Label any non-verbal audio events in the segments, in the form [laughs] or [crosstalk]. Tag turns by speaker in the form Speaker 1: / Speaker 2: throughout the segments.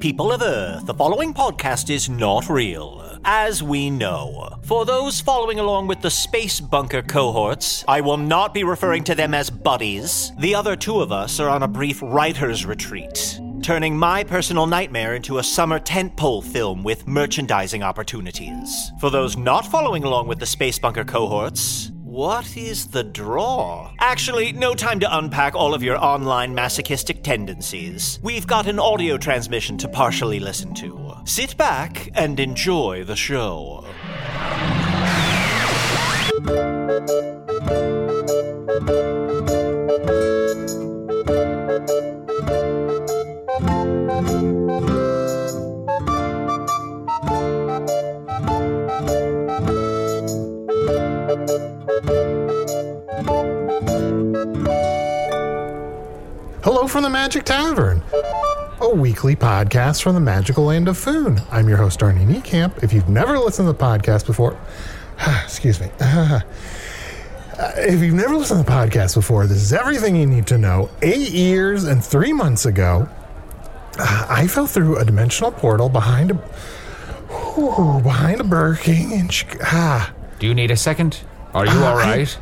Speaker 1: People of Earth, the following podcast is not real, as we know. For those following along with the Space Bunker cohorts, I will not be referring to them as buddies. The other two of us are on a brief writer's retreat, turning my personal nightmare into a summer tentpole film with merchandising opportunities. For those not following along with the Space Bunker cohorts, what is the draw? Actually, no time to unpack all of your online masochistic tendencies. We've got an audio transmission to partially listen to. Sit back and enjoy the show.
Speaker 2: Hello from the Magic Tavern, a weekly podcast from the magical land of Foon. I'm your host, Arnie Niekamp. If you've never listened to the podcast before, [sighs] excuse me. [sighs] if you've never listened to the podcast before, this is everything you need to know. Eight years and three months ago, [sighs] uh, I fell through a dimensional portal behind a [sighs] ooh, behind a Burger King in Chic- [sighs] ah,
Speaker 3: Do you need a second? Are you all right?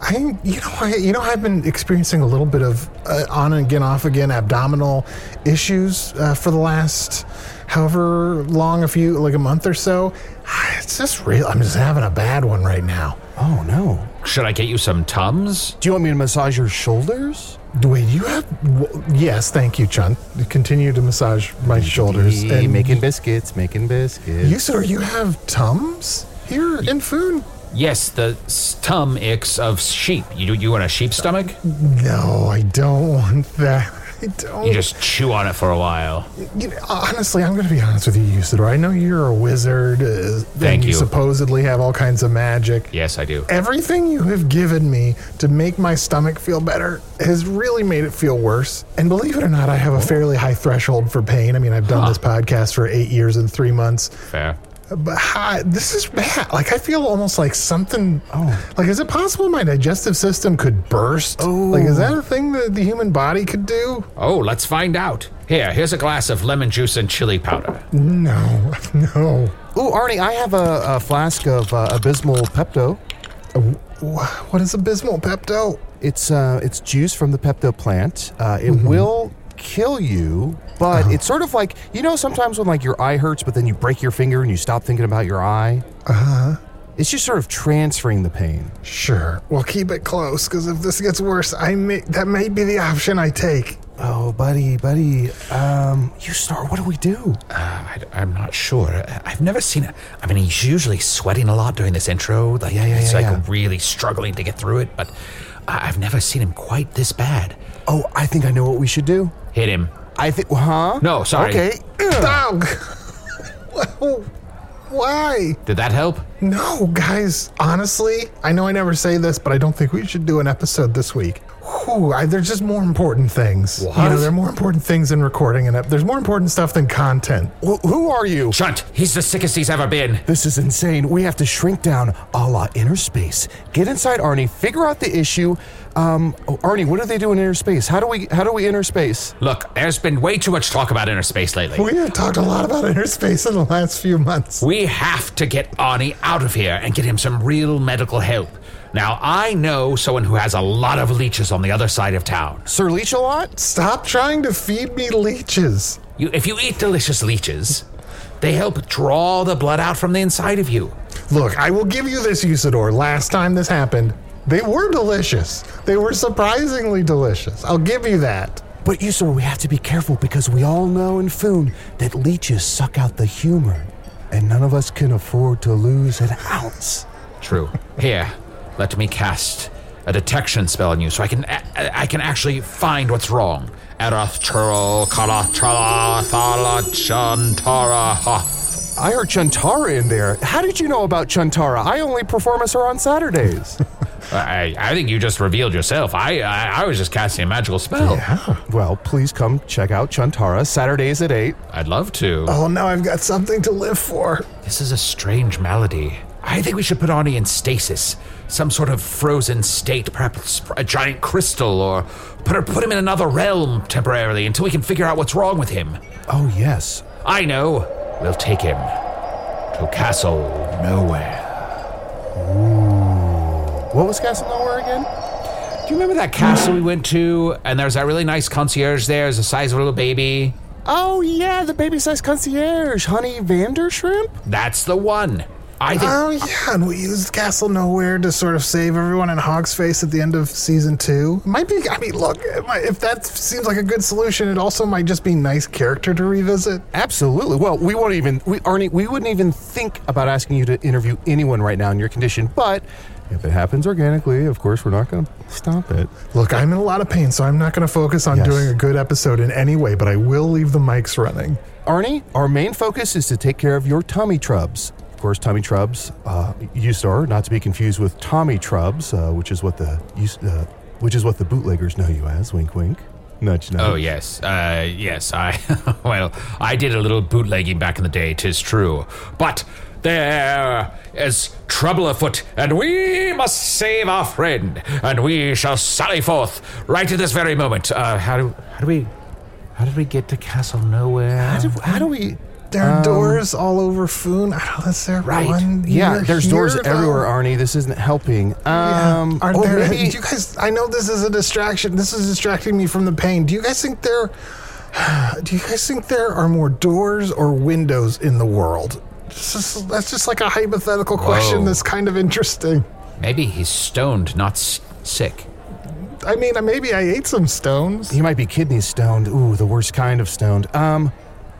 Speaker 2: I you know I you know I've been experiencing a little bit of uh, on and again off again abdominal issues uh, for the last however long a few like a month or so. [sighs] It's just real. I'm just having a bad one right now.
Speaker 4: Oh no.
Speaker 3: Should I get you some Tums?
Speaker 4: Do you want me to massage your shoulders?
Speaker 2: Wait, you have w- yes, thank you, Chun. Continue to massage my shoulders
Speaker 4: Hey,
Speaker 2: and
Speaker 4: making biscuits, making biscuits.
Speaker 2: you sir, you have tums here in food.
Speaker 3: Yes, the stomachs of sheep. You, you want a sheep stomach?
Speaker 2: No, I don't want that. I don't.
Speaker 3: You just chew on it for a while.
Speaker 2: You know, honestly, I'm going to be honest with you, Usador. I know you're a wizard. Uh,
Speaker 3: Thank
Speaker 2: and
Speaker 3: you.
Speaker 2: supposedly have all kinds of magic.
Speaker 3: Yes, I do.
Speaker 2: Everything you have given me to make my stomach feel better has really made it feel worse. And believe it or not, I have a fairly high threshold for pain. I mean, I've done this podcast for eight years and three months.
Speaker 3: Fair.
Speaker 2: But hi, this is bad. Like, I feel almost like something. Oh. Like, is it possible my digestive system could burst? Oh. Like, is that a thing that the human body could do?
Speaker 3: Oh, let's find out. Here, here's a glass of lemon juice and chili powder.
Speaker 2: No, [laughs] no.
Speaker 4: Ooh, Arnie, I have a, a flask of uh, Abysmal Pepto.
Speaker 2: Wh- What is abysmal Pepto?
Speaker 4: It's uh, it's juice from the Pepto plant. Uh, it will kill you, but it's sort of like you know sometimes when like your eye hurts, but then you break your finger and you stop thinking about your eye. Uh huh. It's just sort of transferring the pain.
Speaker 2: Sure, we'll keep it close because if this gets worse, I may that may be the option I take.
Speaker 4: Oh, buddy, buddy, um, you star. What do we do?
Speaker 3: Uh, I, am not sure. I- I've never seen it. I mean, he's usually sweating a lot during this intro. Like,
Speaker 4: yeah,
Speaker 3: he's
Speaker 4: yeah,
Speaker 3: like
Speaker 4: yeah.
Speaker 3: really struggling to get through it, but I- I've never seen him quite this bad.
Speaker 4: Oh, I think I know what we should do.
Speaker 3: Hit him.
Speaker 4: I think, huh?
Speaker 3: No, sorry.
Speaker 4: Okay. [clears throat]
Speaker 2: Dog. [laughs] Why?
Speaker 3: Did that help?
Speaker 2: No, guys. Honestly, I know I never say this, but I don't think we should do an episode this week. Whew. Ooh, I, there's just more important things. You know,
Speaker 3: What?
Speaker 2: there are more important things in recording, and there's more important stuff than content.
Speaker 4: Wh- who are you?
Speaker 3: Chunt, he's the sickest he's ever been.
Speaker 4: This is insane. We have to shrink down a la inner space. Get inside Arnie, figure out the issue. Um, oh, Arnie, what do they do in inner space? How do we how do we inner space?
Speaker 3: Look, there's been way too much talk about inner space lately.
Speaker 2: We have talked a lot about [laughs] inner space in the last few months.
Speaker 3: We have to get Arnie out of here and get him some real medical help. Now, I know someone who has a lot of leeches on the other side of town.
Speaker 4: Sir Leech a lot?
Speaker 2: Stop trying to feed me leeches.
Speaker 3: You, if you eat delicious leeches, they help draw the blood out from the inside of you.
Speaker 2: Look, I will give you this, Usador. Last time this happened, they were delicious. They were surprisingly delicious. I'll give you that.
Speaker 4: But you sir, we have to be careful because we all know in Foon that leeches suck out the humor. And none of us can afford to lose an ounce.
Speaker 3: True. Here, let me cast a detection spell on you so I can a- I can actually find what's wrong. Erath Churl Kalatala Thala Chantara Hoth.
Speaker 4: I heard Chantara in there. How did you know about Chantara? I only perform as her
Speaker 2: [laughs]
Speaker 4: on Saturdays.
Speaker 3: I, I think you just revealed yourself. I, I I was just casting a magical spell.
Speaker 2: Ah.
Speaker 4: well, please come check out Chantara Saturdays at 8.
Speaker 3: I'd love to.
Speaker 2: Oh, now I've got something to live for.
Speaker 3: This is a strange malady. I think we should put Arnie in stasis, some sort of frozen state, perhaps a giant crystal, or put put him in another realm temporarily until we can figure out what's wrong with him.
Speaker 4: Oh, yes.
Speaker 3: I know. We'll take him to Castle Nowhere.
Speaker 4: What was Castle Nowhere again?
Speaker 3: Do you remember that castle we went to? And there's that really nice concierge there, is the size of a little baby.
Speaker 4: Oh, yeah, the baby sized concierge, Honey Vandershrimp?
Speaker 3: That's the one. I think.
Speaker 2: Oh, yeah, and we used Castle Nowhere to sort of save everyone in Hog's Face at the end of season two. Might be, I mean, look, it might- if that seems like a good solution, it also might just be nice character to revisit.
Speaker 4: Absolutely. Well, we won't even, we, Arnie, we wouldn't even think about asking you to interview anyone right now in your condition, but if it happens organically, of course, we're not going to stop it.
Speaker 2: Look, I'm in a lot of pain, so I'm not going to focus on
Speaker 4: Yes.
Speaker 2: doing a good episode in any way, but I will leave the mics running.
Speaker 4: Arnie, our main focus is to take care of your tummy trubs. Of course, tummy trubs, uh, Usar, not to be confused with Tommy Trubs, uh, which is what the Us- uh, which is what the bootleggers know you as. Wink, wink. Nudge, nudge.
Speaker 3: Oh yes, uh, yes. I [laughs] well, I did a little bootlegging back in the day, 'tis true. But there is trouble afoot, and we must save our friend, and we shall sally forth right at this very moment. Uh, how do how do we how did we get to Castle Nowhere?
Speaker 4: How do, how do we?
Speaker 2: There
Speaker 4: Um,
Speaker 2: are doors all over Foon. I don't know, is there
Speaker 3: Right.
Speaker 2: one?
Speaker 4: Yeah,
Speaker 2: near
Speaker 4: there's
Speaker 2: here,
Speaker 4: doors
Speaker 2: though?
Speaker 4: everywhere, Arnie. This isn't helping.
Speaker 2: Yeah.
Speaker 4: Um,
Speaker 2: are
Speaker 4: or
Speaker 2: there,
Speaker 4: maybe-
Speaker 2: do you guys, I know this is a distraction. This is distracting me from the pain. Do you guys think there, [sighs] do you guys think there are more doors or windows in the world? This is, that's just like a hypothetical question
Speaker 3: Whoa.
Speaker 2: that's kind of interesting.
Speaker 3: Maybe he's stoned, not s- sick.
Speaker 2: I mean, uh, maybe I ate some stones.
Speaker 4: He might be kidney stoned. Ooh, the worst kind of stoned. Um,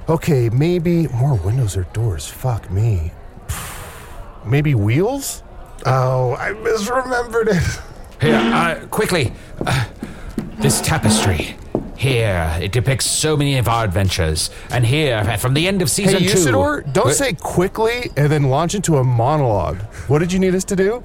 Speaker 4: okay, maybe more windows or doors. Fuck me. [sighs] Maybe wheels?
Speaker 2: Oh, I misremembered it.
Speaker 3: Here, uh, quickly. Uh, this tapestry. Here, it depicts so many of our adventures. And here, from the end of season
Speaker 4: Hey,
Speaker 3: two.
Speaker 4: Usador, don't
Speaker 3: Wait.
Speaker 4: say quickly and then launch into a monologue. What did you need us to do?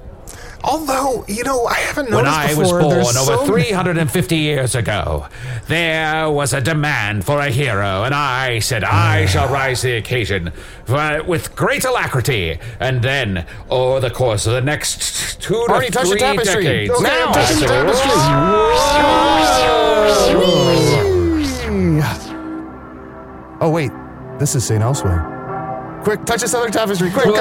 Speaker 2: Although, you know, I haven't
Speaker 3: When
Speaker 2: noticed
Speaker 3: I was
Speaker 2: before.
Speaker 3: born over
Speaker 2: there's so
Speaker 3: 350 years ago, there was a demand for a hero, and I said, I shall rise to the occasion for, with great alacrity. And then, over the course of the next two to
Speaker 4: Arnie, touch the
Speaker 3: three
Speaker 4: tapestry.
Speaker 3: decades,
Speaker 4: Okay,
Speaker 2: I'm
Speaker 3: now,
Speaker 2: touching the
Speaker 4: Oh, wait. This is St. Elsewhere. Quick, touch this other tapestry. Quick.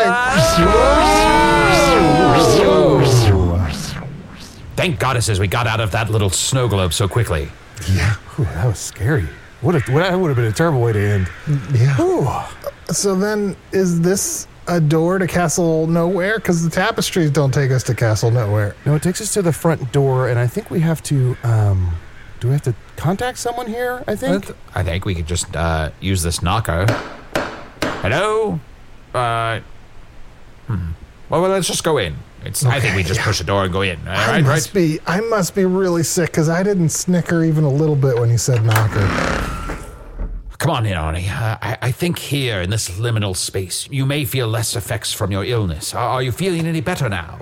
Speaker 3: Thank goddesses we got out of that little snow globe so quickly.
Speaker 4: Ooh, that was scary. What a, that would have been a terrible way to end.
Speaker 2: Yeah.
Speaker 4: Ooh.
Speaker 2: So then, is this a door to Castle Nowhere? Because the tapestries don't take us to Castle Nowhere.
Speaker 4: No, it takes us to the front door, and I think we have to. Um, do we have to contact someone here? I think.
Speaker 3: I think we could just uh, use this knocker. Hello? Uh, hmm. Well, well, let's just go in. It's, I think we just push the door and go in. All
Speaker 2: I
Speaker 3: right,
Speaker 2: must
Speaker 3: right?
Speaker 2: be. I must be really sick because I didn't snicker even a little bit when you said knocker.
Speaker 3: Come on in, Arnie. Uh, I, I think here in this liminal space, you may feel less effects from your illness. Are, are you feeling any better now?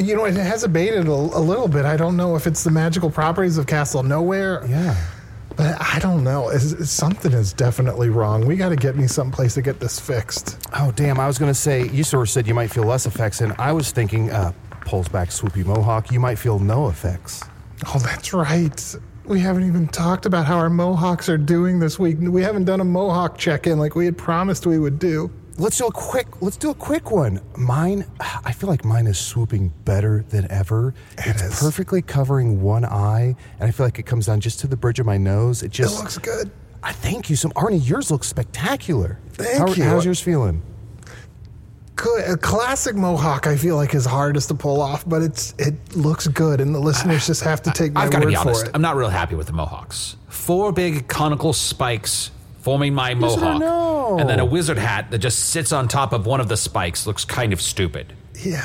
Speaker 2: You know, it has abated a, a little bit. I don't know if it's the magical properties of Castle Nowhere.
Speaker 4: Yeah.
Speaker 2: But I don't know. Is- is- something is definitely wrong. We got to get me someplace to get this fixed.
Speaker 4: Oh, damn. I was going to say, you sort of said you might feel less effects, and I was thinking, uh, pulls back swoopy mohawk, you might feel no effects.
Speaker 2: Oh, that's right. We haven't even talked about how our Mohawks are doing this week. We haven't done a Mohawk check in like we had promised we would do.
Speaker 4: Let's do a quick. Let's do a quick one. Mine. I feel like mine is swooping better than ever. it's
Speaker 2: is.
Speaker 4: perfectly covering one eye, and I feel like it comes down just to the bridge of my nose. It
Speaker 2: It
Speaker 4: just.
Speaker 2: looks good.
Speaker 4: I thank you. So, Arnie, yours looks spectacular.
Speaker 2: Thank
Speaker 4: How-
Speaker 2: you.
Speaker 4: How's yours feeling?
Speaker 2: Good. A classic Mohawk, I feel like, is hardest to pull off, but it's it looks good, and the listeners just have to take my
Speaker 3: I've got to
Speaker 2: word
Speaker 3: be
Speaker 2: for
Speaker 3: honest.
Speaker 2: it.
Speaker 3: I'm not real happy with the mohawks. Four big conical spikes forming my mohawk,
Speaker 4: no.
Speaker 3: and then a wizard hat that just sits on top of one of the spikes looks kind of stupid.
Speaker 2: yeah.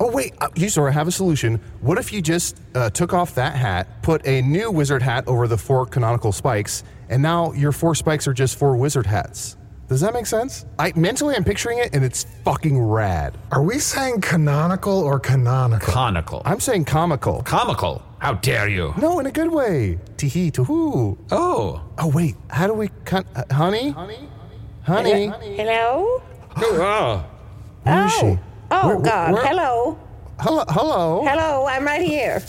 Speaker 4: Oh wait, uh, you sort of have a solution. What if you just uh, took off that hat, put a new wizard hat over the four canonical spikes, and now your four spikes are just four wizard hats? Does that make sense? I mentally I'm picturing it, and it's fucking rad.
Speaker 2: Are we saying canonical or canonical?
Speaker 3: Conical,
Speaker 4: I'm saying comical.
Speaker 3: comical. How dare you?
Speaker 4: No, in a good way. Teehee, tohoo.
Speaker 3: Oh,
Speaker 4: Oh wait, how do we cut, uh, honey? Honey, honey.
Speaker 5: Hello?
Speaker 3: Oh,
Speaker 4: Where is
Speaker 5: Oh.
Speaker 4: she?
Speaker 5: Oh,
Speaker 4: Where- where-
Speaker 5: God.
Speaker 4: where-
Speaker 5: Hello.
Speaker 4: Hello, hello.
Speaker 5: Hello. I'm right here.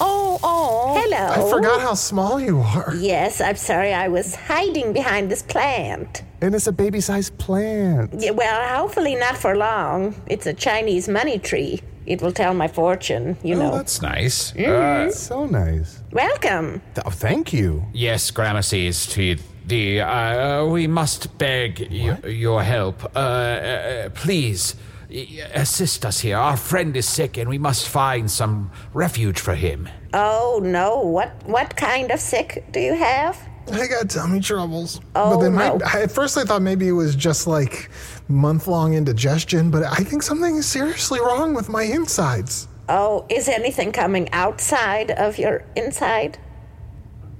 Speaker 6: Oh, oh.
Speaker 5: Hello.
Speaker 2: I forgot how small you are.
Speaker 5: Yes, I'm sorry. I was hiding behind this plant.
Speaker 4: And it's a baby-sized plant.
Speaker 5: Yeah, well, hopefully not for long. It's a Chinese money tree. It will tell my fortune,
Speaker 4: Oh,
Speaker 5: you know.
Speaker 3: that's nice.
Speaker 4: So nice.
Speaker 5: Welcome.
Speaker 4: Th- oh, thank you.
Speaker 3: Yes, Gramercy's to the. Uh, we must beg y- your help. Uh, uh, please y- assist us here. Our friend is sick, and we must find some refuge for him.
Speaker 5: Oh no, what what kind of sick do you have?
Speaker 2: I got tummy troubles.
Speaker 5: Oh,
Speaker 2: but then
Speaker 5: no.
Speaker 2: my, I, at first I thought maybe it was just like month long indigestion, but I think something is seriously wrong with my insides.
Speaker 5: Oh, is anything coming outside of your inside?
Speaker 4: mean-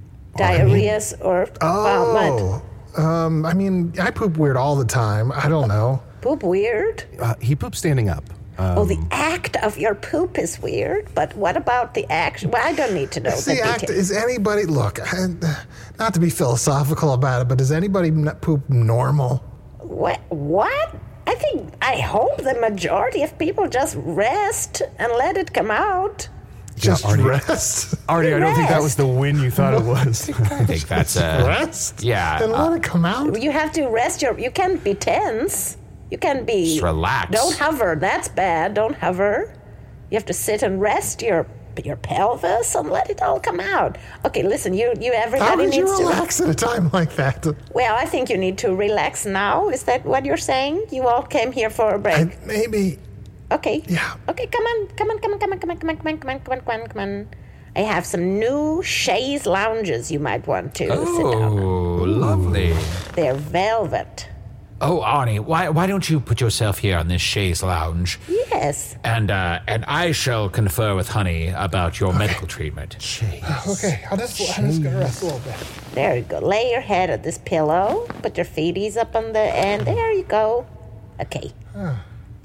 Speaker 5: Diarrheas or vomit?
Speaker 2: Oh. Um, I mean, I poop weird all the time. I don't know.
Speaker 5: Poop weird?
Speaker 4: Uh, he pooped standing up. Uh,
Speaker 5: well, Oh, the act of your poop is weird, but what about the action? Well, I don't need
Speaker 2: [laughs]
Speaker 5: to know
Speaker 2: Is
Speaker 5: the
Speaker 2: the act,
Speaker 5: details.
Speaker 2: is anybody, look, I, not to be philosophical about it, but is anybody n- poop normal?
Speaker 5: What? What? I think I hope the majority of people just rest and let it come out.
Speaker 2: Just
Speaker 4: [laughs]
Speaker 2: rest?
Speaker 4: Artie, I don't think Oh, that was the win you
Speaker 2: [laughs]
Speaker 4: thought it was.
Speaker 3: I think that's [laughs] uh,
Speaker 2: rest?
Speaker 3: yeah,
Speaker 2: And let it come out?
Speaker 5: You have to rest your. You can't be tense. You can't be.
Speaker 3: Just relax.
Speaker 5: Don't hover. That's bad. Don't hover. You have to sit and rest your your pelvis and let it all come out. Okay, listen. You you
Speaker 2: How
Speaker 5: everybody
Speaker 2: did you
Speaker 5: needs to.
Speaker 2: relax at a time like that?
Speaker 5: Well, I think you need to relax now. Is that what you're saying? You all came here for a break.
Speaker 2: And maybe,
Speaker 5: Okay.
Speaker 2: Yeah.
Speaker 5: Okay, come on, come on, come on, come on, come on, come on, come on, come on, come on, come on, come on. I have some new chaise lounges you might want to sit down. on.
Speaker 3: Oh, lovely.
Speaker 5: They're velvet.
Speaker 3: Oh, Arnie, why why don't you put yourself here on this chaise lounge,
Speaker 5: Yes.
Speaker 3: and uh, and I shall confer with Honey about your medical treatment.
Speaker 2: okay, I'm just, I'm just gonna rest a little bit.
Speaker 5: There you go. Lay your head on this pillow. Put your feeties up on the end. There you go. Okay.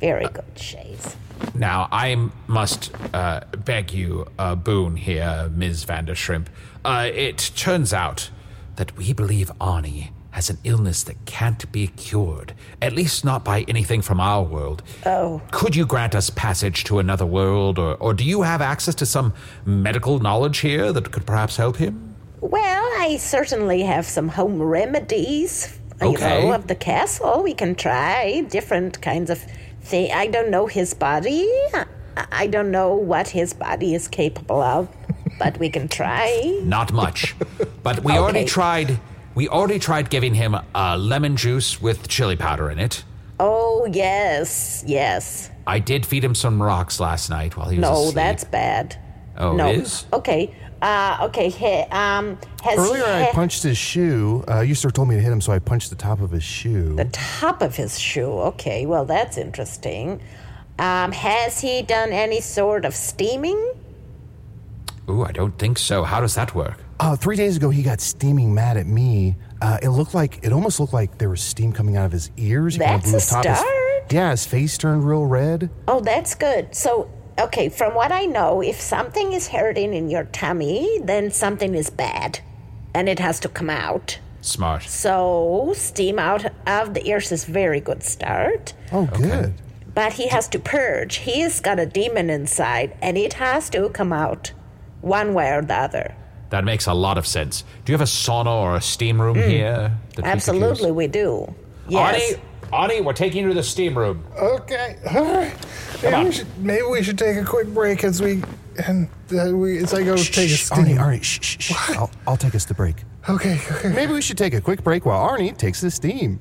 Speaker 5: Very good chaise.
Speaker 3: Now, I must uh, beg you a boon here, Ms. Vandershrimp. Uh, it turns out that we believe Arnie has an illness that can't be cured, at least not by anything from our world. Oh. Could you grant us passage to another world, or, or do you have access to some medical knowledge here that could perhaps help him?
Speaker 5: Well, I certainly have some home remedies. You
Speaker 3: Okay.
Speaker 5: know, of the castle, we can try different kinds of thing. I don't know his body. I- I don't know what his body is capable of, but we can try.
Speaker 3: Not much. but we already
Speaker 5: Okay.
Speaker 3: tried. We already tried giving him uh, lemon juice with chili powder in it.
Speaker 5: Oh yes, yes.
Speaker 3: I did feed him some rocks last night while he was
Speaker 5: No,
Speaker 3: asleep.
Speaker 5: that's bad.
Speaker 3: Oh,
Speaker 5: no.
Speaker 3: it is?
Speaker 5: Okay. Uh, okay. He, um, has
Speaker 4: Earlier,
Speaker 5: he
Speaker 4: I
Speaker 5: had
Speaker 4: punched his shoe. Uh, you sort of told me to hit him, so I punched the top of his shoe.
Speaker 5: the top of his shoe. Okay. Well, that's interesting. Um, has he done any sort of steaming?
Speaker 3: Ooh, I don't think so. How does that work?
Speaker 4: Uh, three days ago, he got steaming mad at me. Uh, it looked like it almost looked like there was steam coming out of his ears. He kinda
Speaker 5: That's
Speaker 4: blew
Speaker 5: a
Speaker 4: his top- his-
Speaker 5: start.
Speaker 4: Yeah, his face turned real red.
Speaker 5: Oh, that's good. So, okay, from what I know, if something is hurting in your tummy, then something is bad and it has to come out.
Speaker 3: Smart.
Speaker 5: So, steam out of the ears is very good start,
Speaker 4: Oh, good.
Speaker 5: but he has to purge. He's got a demon inside and it has to come out one way or the other.
Speaker 3: That makes a lot of sense. Do you have a sauna or a steam room here? that we could
Speaker 5: Hmm. Absolutely,
Speaker 3: use?
Speaker 5: we do. Yes.
Speaker 3: Ani, Ani, we're taking you to the steam room.
Speaker 2: Okay. All right. Maybe,
Speaker 3: on.
Speaker 2: We should, maybe we should take a quick break as we and uh, we as I go take a
Speaker 4: Shh, Arnie,
Speaker 2: steam.
Speaker 4: Arnie, shh, shh, shh. I'll, I'll take us to break.
Speaker 2: Okay. Okay.
Speaker 4: Maybe we should take a quick break while Arnie takes his steam.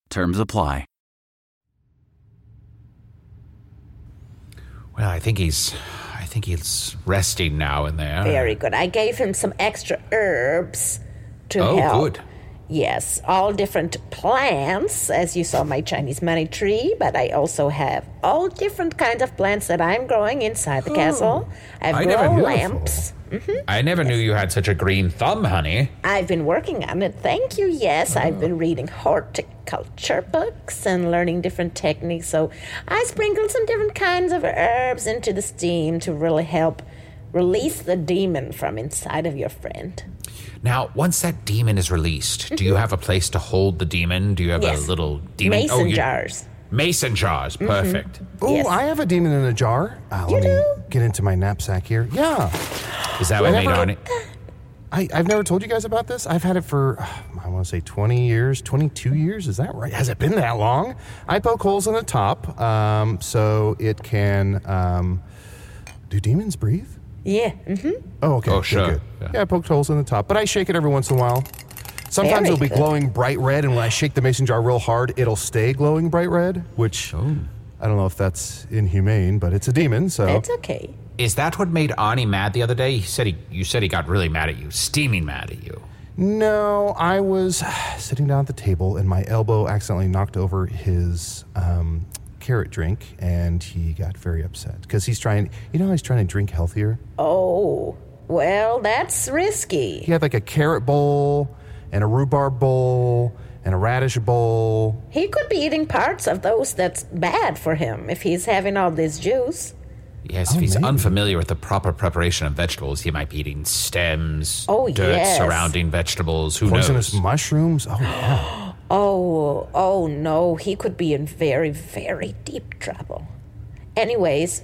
Speaker 7: Terms apply.
Speaker 3: Well, I think he's, I think he's resting now in there.
Speaker 5: Very good. I gave him some extra herbs to
Speaker 3: Oh,
Speaker 5: help.
Speaker 3: good.
Speaker 5: Yes, all different plants, as you saw my Chinese money tree, but I also have all different kinds of plants that I'm growing inside the castle. I've
Speaker 3: I never
Speaker 5: grown
Speaker 3: knew.
Speaker 5: lamps.
Speaker 3: I never knew you had such a green thumb, honey.
Speaker 5: I've been working on it. Thank you. Yes, I've been reading horticulture books and learning different techniques. So I sprinkled some different kinds of herbs into the steam to really help release the demon from inside of your friend.
Speaker 3: Now, once that demon is released, do you have a place to hold the demon? Do you have
Speaker 5: Yes.
Speaker 3: a little demon? Oh,
Speaker 5: Mason
Speaker 3: you-
Speaker 5: jars. Mm-hmm.
Speaker 3: Mason jars, perfect.
Speaker 4: Ooh,
Speaker 5: Yes.
Speaker 4: I have a demon in a jar. Uh, let me get into my knapsack here. Yeah.
Speaker 3: Is that what made
Speaker 4: Whenever-
Speaker 3: Ani?
Speaker 4: I, I've never told you guys about this. I've had it for, [sighs] uh, I want to say 20 years, 22 years. Is that right? Has it been that long? I poke holes in the top um, so it can. Um, do demons breathe?
Speaker 5: Yeah. mhm.
Speaker 4: Oh, okay.
Speaker 3: Oh,
Speaker 4: okay,
Speaker 3: sure.
Speaker 4: good.
Speaker 3: Yeah.
Speaker 4: Yeah. I poked holes in the top, but I shake it every once in a while. Sometimes
Speaker 5: Very
Speaker 4: it'll be
Speaker 5: good.
Speaker 4: glowing bright red, and when I shake the mason jar real hard, it'll stay glowing bright red, which
Speaker 3: Oh.
Speaker 4: I don't know if that's inhumane, but it's a demon, so.
Speaker 3: Oh.
Speaker 5: It's okay.
Speaker 3: Is that what made Ani mad the other day? He said he, you said he got really mad at you, steaming mad at you.
Speaker 4: No, I was [sighs] sitting down at the table and my elbow accidentally knocked over his um, carrot drink, and he got very upset because he's trying. You know, how he's trying to drink healthier.
Speaker 5: Oh, well, that's risky.
Speaker 4: He had like a carrot bowl and a rhubarb bowl and a radish bowl.
Speaker 5: He could be eating parts of those that's bad for him if he's having all this juice. Oh,
Speaker 3: Yes, if he's unfamiliar with the proper preparation of vegetables, he might be eating stems,
Speaker 5: Oh,
Speaker 3: dirt
Speaker 5: yes.
Speaker 3: surrounding vegetables. Who
Speaker 4: Poisonous
Speaker 3: knows?
Speaker 4: mushrooms. Oh yeah.
Speaker 5: Oh, oh no, he could be in very, very deep trouble. Anyways,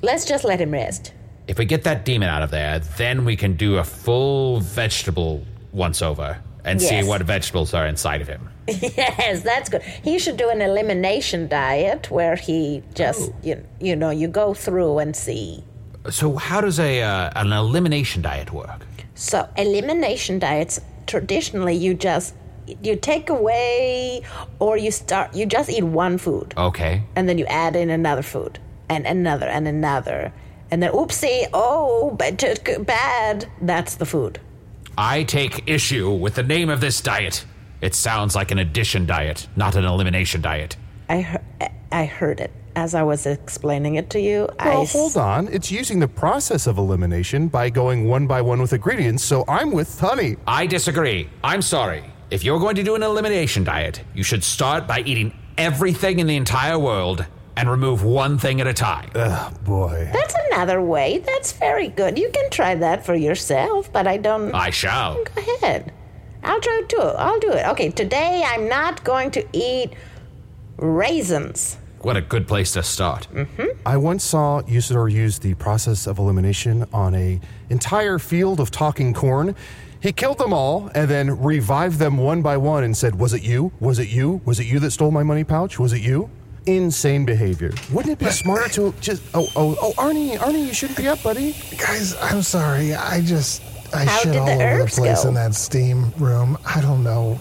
Speaker 5: let's just let him rest. [laughs]
Speaker 3: If we get that demon out of there, then we can do a full vegetable once over and see
Speaker 5: Yes.
Speaker 3: what vegetables are inside of him.
Speaker 5: yes, that's good. He should do an elimination diet where he just, you, you know, you go through and see.
Speaker 3: So, how does a uh, an elimination diet work?
Speaker 5: So elimination diets traditionally you just you take away or you start you just eat one food
Speaker 3: Okay.
Speaker 5: and then you add in another food and another and another and then oopsie oh but took bad that's the food.
Speaker 3: I take issue with the name of this diet. It sounds like an addition diet, not an elimination diet.
Speaker 5: I he- I heard it as I was explaining it to you. I
Speaker 4: Well,
Speaker 5: s-
Speaker 4: Oh, hold on. It's using the process of elimination by going one by one with ingredients. So I'm with honey.
Speaker 3: I disagree. I'm sorry. If you're going to do an elimination diet, you should start by eating everything in the entire world and remove one thing at a time.
Speaker 4: Boy.
Speaker 5: that's another way. That's very good. You can try that for yourself, but I don't
Speaker 3: I shall.
Speaker 5: go ahead. I'll try to. I'll do it. Okay, today I'm not going to eat raisins.
Speaker 3: What a good place to start.
Speaker 4: I once saw Usador use the process of elimination on a entire field of talking corn. He killed them all and then revived them one by one and said, "Was it you? Was it you? Was it you that stole my money pouch? Was it you?" Insane behavior. Wouldn't it be smarter to just oh oh oh Arnie Arnie you shouldn't be up buddy.
Speaker 2: Guys, I'm sorry. I just I
Speaker 5: How
Speaker 2: shit
Speaker 5: did
Speaker 2: all
Speaker 5: the
Speaker 2: over the
Speaker 5: herbs
Speaker 2: place
Speaker 5: go?
Speaker 2: in that steam room. I don't know.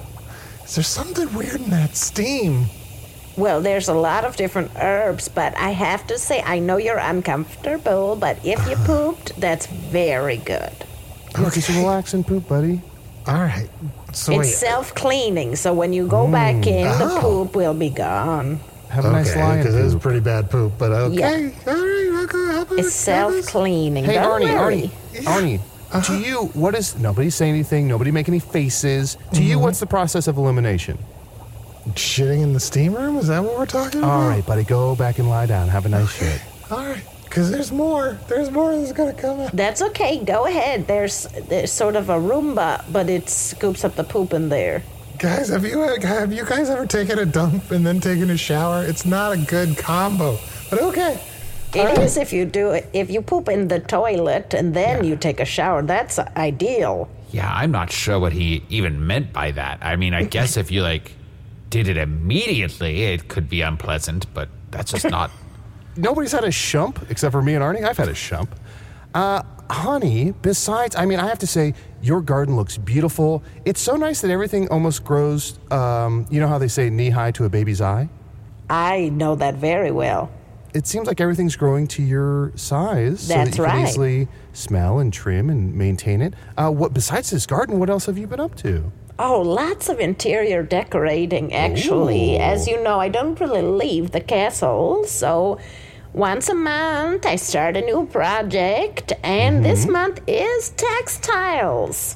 Speaker 2: Is there something weird in that steam?
Speaker 5: Well, there's a lot of different herbs, but I have to say, I know you're uncomfortable, but if
Speaker 4: [sighs]
Speaker 5: you pooped, that's very good.
Speaker 4: Yeah, just relax and poop buddy.
Speaker 2: All right.
Speaker 4: Oh,
Speaker 2: So
Speaker 5: it's self cleaning, so when you go back
Speaker 4: Mm.
Speaker 5: in,
Speaker 2: Oh.
Speaker 5: the poop will be gone.
Speaker 4: Have a nice lie
Speaker 2: because
Speaker 4: and
Speaker 2: it is
Speaker 4: poop.
Speaker 2: pretty bad poop, but okay.
Speaker 5: Yeah. It's self cleaning.
Speaker 4: Hey,
Speaker 5: Don't
Speaker 4: Arnie,
Speaker 5: worry.
Speaker 4: Arnie, Arnie, to you, what is. Nobody say anything, nobody make any faces. To you, what's the process of elimination?
Speaker 2: Shitting in the steam room? Is that what we're talking about?
Speaker 4: All right, buddy, go back and lie down. Have a nice shit.
Speaker 2: All right. Because there's more. There's more that's going to come out.
Speaker 5: That's okay. Go ahead. There's, there's sort of a Roomba, but it scoops up the poop in there.
Speaker 2: Guys, have you have you guys ever taken a dump and then taken a shower? It's not a good combo. But okay.
Speaker 5: It is if you do it if you poop in the toilet and then you take a shower. That's ideal.
Speaker 3: Yeah, I'm not sure what he even meant by that. I mean, I guess if you, like, did it immediately, it could be unpleasant, but that's just not.
Speaker 4: Nobody's had a shump except for me and Arnie. I've had a shump. Uh, honey, besides, I mean, I have to say, your garden looks beautiful. It's so nice that everything almost grows, um, you know how they say knee high to a baby's eye?
Speaker 5: I know that very well.
Speaker 4: it seems like everything's growing to your size, so that
Speaker 5: That's
Speaker 4: you can
Speaker 5: right.
Speaker 4: easily smell and trim and maintain it. Uh, what besides this garden? What else have you been up to?
Speaker 5: Oh, lots of interior decorating actually.
Speaker 4: Ooh.
Speaker 5: As you know, I don't really leave the castle, so once a month I start a new project and
Speaker 4: Mm-hmm.
Speaker 5: this month is
Speaker 4: [laughs]
Speaker 5: textiles.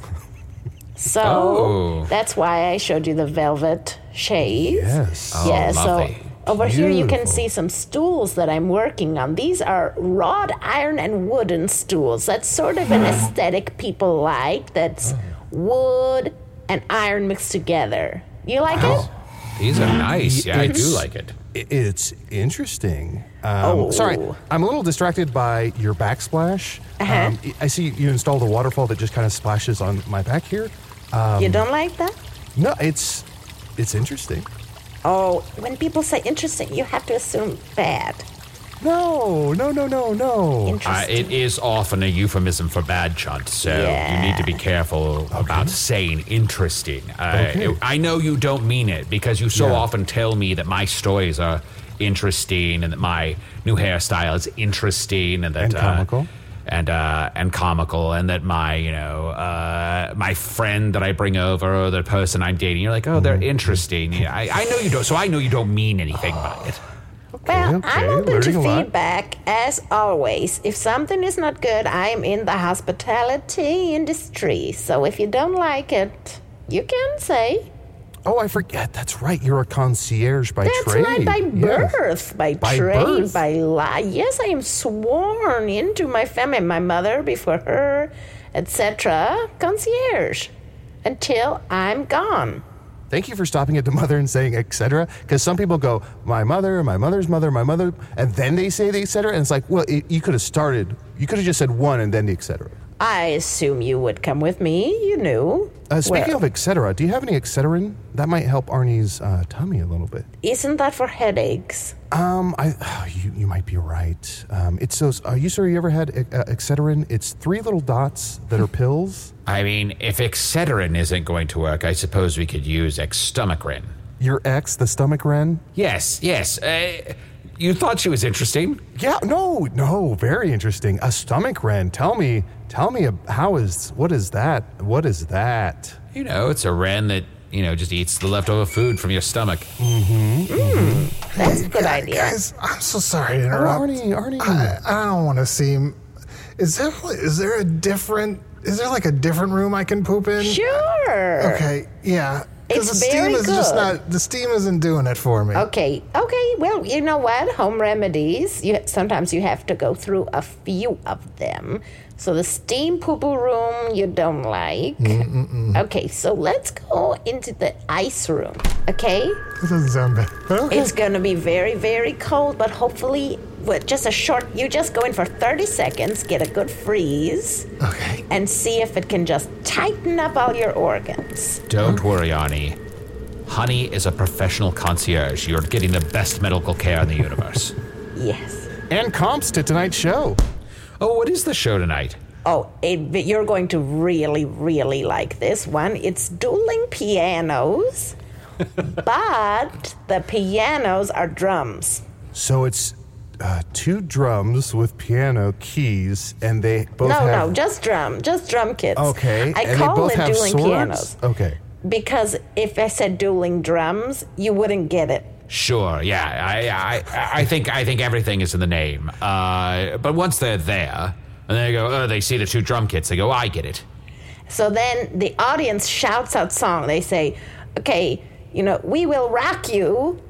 Speaker 5: So
Speaker 3: Oh.
Speaker 5: that's why I showed you the velvet shades.
Speaker 4: Yes.
Speaker 3: Oh,
Speaker 5: yeah,
Speaker 3: lovely.
Speaker 5: so over here you can
Speaker 4: Beautiful.
Speaker 5: see some stools that I'm working on. These are wrought iron and wooden stools. That's sort of
Speaker 4: Hmm.
Speaker 5: an aesthetic people like. That's wood and iron mixed together. You like it?
Speaker 3: These are nice. Yeah, I do
Speaker 4: It's-
Speaker 3: like it.
Speaker 4: I- It's interesting. Um,
Speaker 5: Oh.
Speaker 4: Sorry, I'm a little distracted by your backsplash.
Speaker 5: Uh-huh.
Speaker 4: Um, I- I see you installed a waterfall that just kind of splashes on my back here.
Speaker 5: you
Speaker 4: Um,
Speaker 5: don't like that?
Speaker 4: No, it's it's interesting.
Speaker 5: Oh, when people say interesting, you have to assume bad.
Speaker 4: No, no, no, no, no.
Speaker 3: Uh,
Speaker 5: Interesting.
Speaker 3: it is often a euphemism for bad chunt, so you need to be careful about saying interesting. Uh,
Speaker 4: Okay.
Speaker 3: I know you don't mean it because you so
Speaker 4: Yeah.
Speaker 3: often tell me that my stories are interesting and that my new hairstyle is interesting and that
Speaker 4: And
Speaker 3: uh,
Speaker 4: comical.
Speaker 3: and uh, and comical and that my you know uh, my friend that I bring over or the person I'm dating, you're like, oh, they're
Speaker 4: Mm-hmm.
Speaker 3: interesting. Yeah, I, I know you don't, so I know you don't mean anything by it.
Speaker 5: Well, I'm
Speaker 4: okay,
Speaker 5: open to
Speaker 4: learning a lot.
Speaker 5: feedback as always. If something is not good, I'm in the hospitality industry. So if you don't like it, you can say
Speaker 4: Oh, I forget. That's right. You're a concierge by
Speaker 5: that's
Speaker 4: trade.
Speaker 5: right by
Speaker 4: Yes.
Speaker 5: birth, by,
Speaker 4: By
Speaker 5: trade,
Speaker 4: birth.
Speaker 5: by law. Yes, I am sworn into my family, my mother before her, etc. Concierge until I'm gone.
Speaker 4: Thank you for stopping at the [laughs] mother and saying etc. Because some people go, my mother, my mother's mother, my mother, and then they say the etc. And it's like, well, it, you could have started, you could have just said one and then the etc.
Speaker 5: I assume you would come with me. You knew.
Speaker 4: Uh, speaking
Speaker 5: Well,
Speaker 4: of etc., do you have any etc.? That might help Arnie's uh, tummy a little bit.
Speaker 5: isn't that for headaches?
Speaker 4: Um, I, [sighs] oh, you, you might be right. Um, it's those. Are you sure you ever had uh, etc.? It's three little dots that are [laughs] pills.
Speaker 3: I mean, if Excedrin isn't going to work, I suppose we could use Exstomachrin.
Speaker 4: Your ex, the stomach wren.
Speaker 3: Yes, yes. Uh, you thought she was interesting.
Speaker 4: Yeah, no, no, very interesting. A stomach wren. Tell me, tell me, ab- how is what is that? What is that?
Speaker 3: You know, it's a wren that, you know, just eats the leftover food from your stomach.
Speaker 5: That's
Speaker 4: [laughs]
Speaker 5: a good idea.
Speaker 2: Guys, I'm so sorry to
Speaker 4: Oh,
Speaker 2: interrupt.
Speaker 4: Arnie, Arnie.
Speaker 2: I, I don't want to seem Is there is there a different is there like a different room I can poop in?
Speaker 5: Sure.
Speaker 2: Okay. Yeah. Because the
Speaker 5: It's
Speaker 2: steam
Speaker 5: very
Speaker 2: is just
Speaker 5: good.
Speaker 2: not the steam isn't doing it for me.
Speaker 5: Okay, okay. Well, you know what? Home remedies. You sometimes you have to go through a few of them. So the steam poo room you don't like. Okay, so let's go into the ice room. Okay,
Speaker 2: That doesn't sound bad. But okay.
Speaker 5: it's gonna be very very cold, but hopefully with just a short. You just go in for thirty seconds, get a good freeze.
Speaker 2: Uh,
Speaker 5: Okay. And see if it can just tighten up all your organs.
Speaker 3: Don't worry, Arnie. Honey is a professional concierge. You're getting the best medical care in the universe.
Speaker 5: yes.
Speaker 4: And comps to tonight's show.
Speaker 3: Oh, what is the show tonight?
Speaker 5: Oh, it, but you're going to really, really like this one. It's dueling
Speaker 4: [laughs]
Speaker 5: pianos, but the pianos are drums.
Speaker 4: So it's uh, two drums with piano keys, and they both
Speaker 5: no,
Speaker 4: have.
Speaker 5: no, just drum, just drum kits.
Speaker 4: Okay,
Speaker 5: I
Speaker 4: and they
Speaker 5: call
Speaker 4: both
Speaker 5: it
Speaker 4: have
Speaker 5: dueling
Speaker 4: swords.
Speaker 5: pianos
Speaker 4: Okay.
Speaker 5: because if I said dueling drums, you wouldn't get it.
Speaker 3: Sure, yeah. I, I, I think I think everything is in the name. Uh, but once they're there, and they go, oh, they see the two drum kits. They go, "Oh, I get it.
Speaker 5: So then the audience shouts out song. They say, "Okay, you know, we will rock you."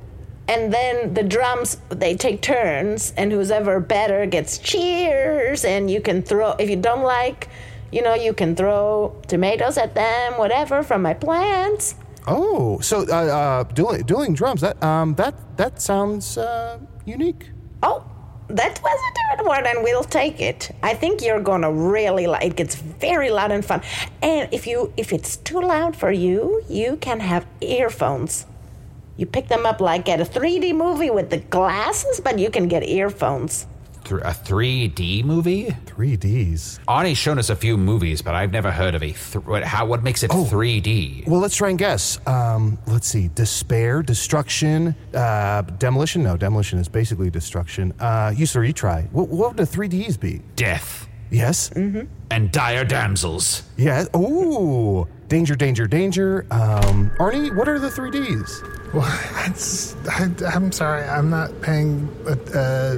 Speaker 5: And then the drums they take turns and who's ever better gets cheers and you can throw if you don't like, you know, you can throw tomatoes at them, whatever from my plants.
Speaker 4: Oh, so uh, uh, dueling, dueling drums. That um, that that sounds uh, unique.
Speaker 5: Oh, that was a different one, and we'll take it. I think you're gonna really like. It gets very loud and fun. And if you if it's too loud for you, you can have earphones. You pick them up like at a 3D movie with the glasses, but you can get earphones.
Speaker 3: Th- a 3D movie?
Speaker 4: 3Ds.
Speaker 3: Arnie's shown us a few movies, but I've never heard of a. Th- what, how, what makes it 3D?
Speaker 4: Well, let's try and guess. Um, let's see. Despair, destruction, uh, demolition. No, demolition is basically destruction. Uh, you, sir, you try. What, what would the three Ds be?
Speaker 3: Death.
Speaker 4: Yes. Mm-hmm.
Speaker 3: And dire damsels.
Speaker 4: Yeah. Ooh. Danger, danger, danger. Um, Arnie, what are the three Ds?
Speaker 2: Well, that's, I, I'm sorry, I'm not paying. Uh, uh,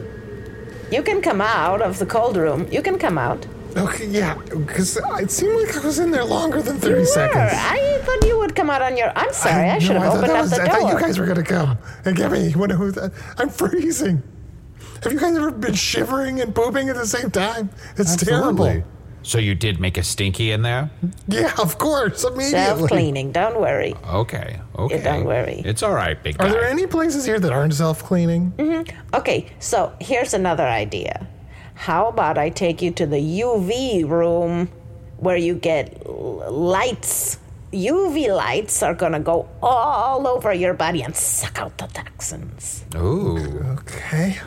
Speaker 5: You can come out of the cold room. You can come out.
Speaker 2: okay, yeah, because it seemed like I was in there longer than 30 seconds.
Speaker 5: Sure, I thought you would come out on your. I'm sorry. I,
Speaker 2: No,
Speaker 5: should have
Speaker 2: thought
Speaker 5: opened
Speaker 2: that
Speaker 5: up
Speaker 2: was-
Speaker 5: the
Speaker 2: I
Speaker 5: door.
Speaker 2: thought you guys were gonna come and get me. When it was, I'm freezing. Have you guys ever been shivering and pooping at the same time? It's terrible.
Speaker 3: So you did make a stinky in there?
Speaker 2: Yeah, of course, immediately.
Speaker 5: Self-cleaning. Don't worry.
Speaker 3: Okay, okay.
Speaker 5: don't worry.
Speaker 3: It's all right, big guy.
Speaker 2: Are there any places here that aren't self-cleaning?
Speaker 5: Mm-hmm. Okay, so here's another idea. How about I take you to the UV room where you get l- lights? UV lights are gonna go all over your body and suck out the toxins.
Speaker 3: Ooh.
Speaker 2: Okay.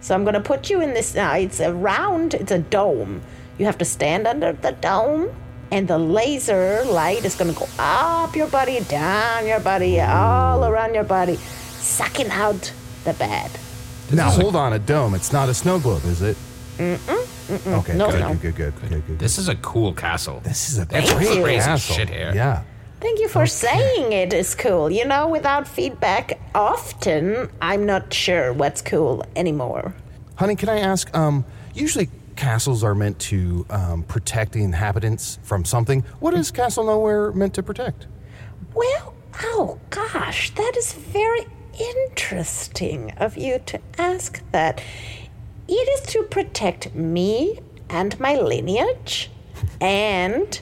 Speaker 5: So I'm gonna put you in this. Now it's a round. It's a dome. You have to stand under the dome, and the laser light is gonna go up your body, down your body, all around your body, sucking out the bad.
Speaker 4: Now, hold on. A dome. It's not a snow globe, is it?
Speaker 5: Mm-mm, mm-mm.
Speaker 4: Okay.
Speaker 5: no,
Speaker 4: good,
Speaker 5: no.
Speaker 4: good, good, good, good, good, good.
Speaker 3: This is a cool castle.
Speaker 4: This is a
Speaker 3: That's
Speaker 4: great
Speaker 3: crazy
Speaker 4: castle.
Speaker 3: shit here.
Speaker 4: Yeah.
Speaker 5: Thank you for saying it is cool. You know, without feedback, often I'm not sure what's cool anymore.
Speaker 4: Honey, can I ask? Um, usually castles are meant to um, protect the inhabitants from something. What is Castle Nowhere meant to protect?
Speaker 5: Well, oh gosh, that is very interesting of you to ask that. It is to protect me and my lineage and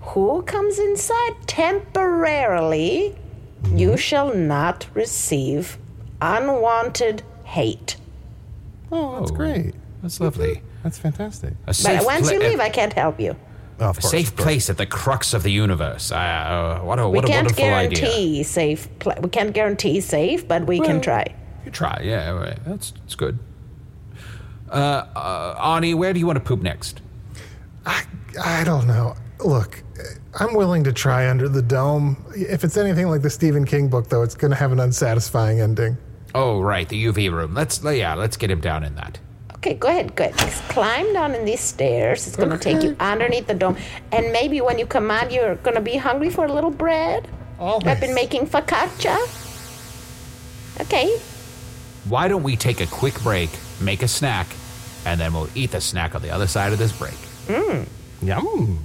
Speaker 5: who comes inside temporarily. You shall not receive unwanted hate.
Speaker 4: Oh, that's great.
Speaker 3: That's lovely.
Speaker 4: That's fantastic.
Speaker 3: A
Speaker 5: But
Speaker 3: safe
Speaker 5: once you
Speaker 3: pla-
Speaker 5: leave, I can't help you.
Speaker 2: Uh,
Speaker 4: Oh, of
Speaker 3: a
Speaker 4: course,
Speaker 3: safe
Speaker 4: of course.
Speaker 3: place at the crux of the universe. Uh, uh, what a,
Speaker 5: We
Speaker 3: what a
Speaker 5: can't
Speaker 3: wonderful idea.
Speaker 5: guarantee safe. Pl- we can't guarantee safe, but we can try.
Speaker 3: You try, yeah. all right. That's, that's good. Uh, uh, Arnie, where do you want to poop next?
Speaker 2: I, I don't know. Look, I'm willing to try under the dome. If it's anything like the Stephen King book, though, it's gonna have an unsatisfying ending.
Speaker 3: Oh, right, the UV room. Let's, yeah, let's get him down in that.
Speaker 5: Okay, go ahead. Go ahead. Just climb down in these stairs. It's going to take you underneath the dome, and maybe when you come out, you're going to be hungry for a little bread. I've been making focaccia. Okay.
Speaker 3: Why don't we take a quick break, make a snack, and then we'll eat the snack on the other side of this break?
Speaker 4: Yum.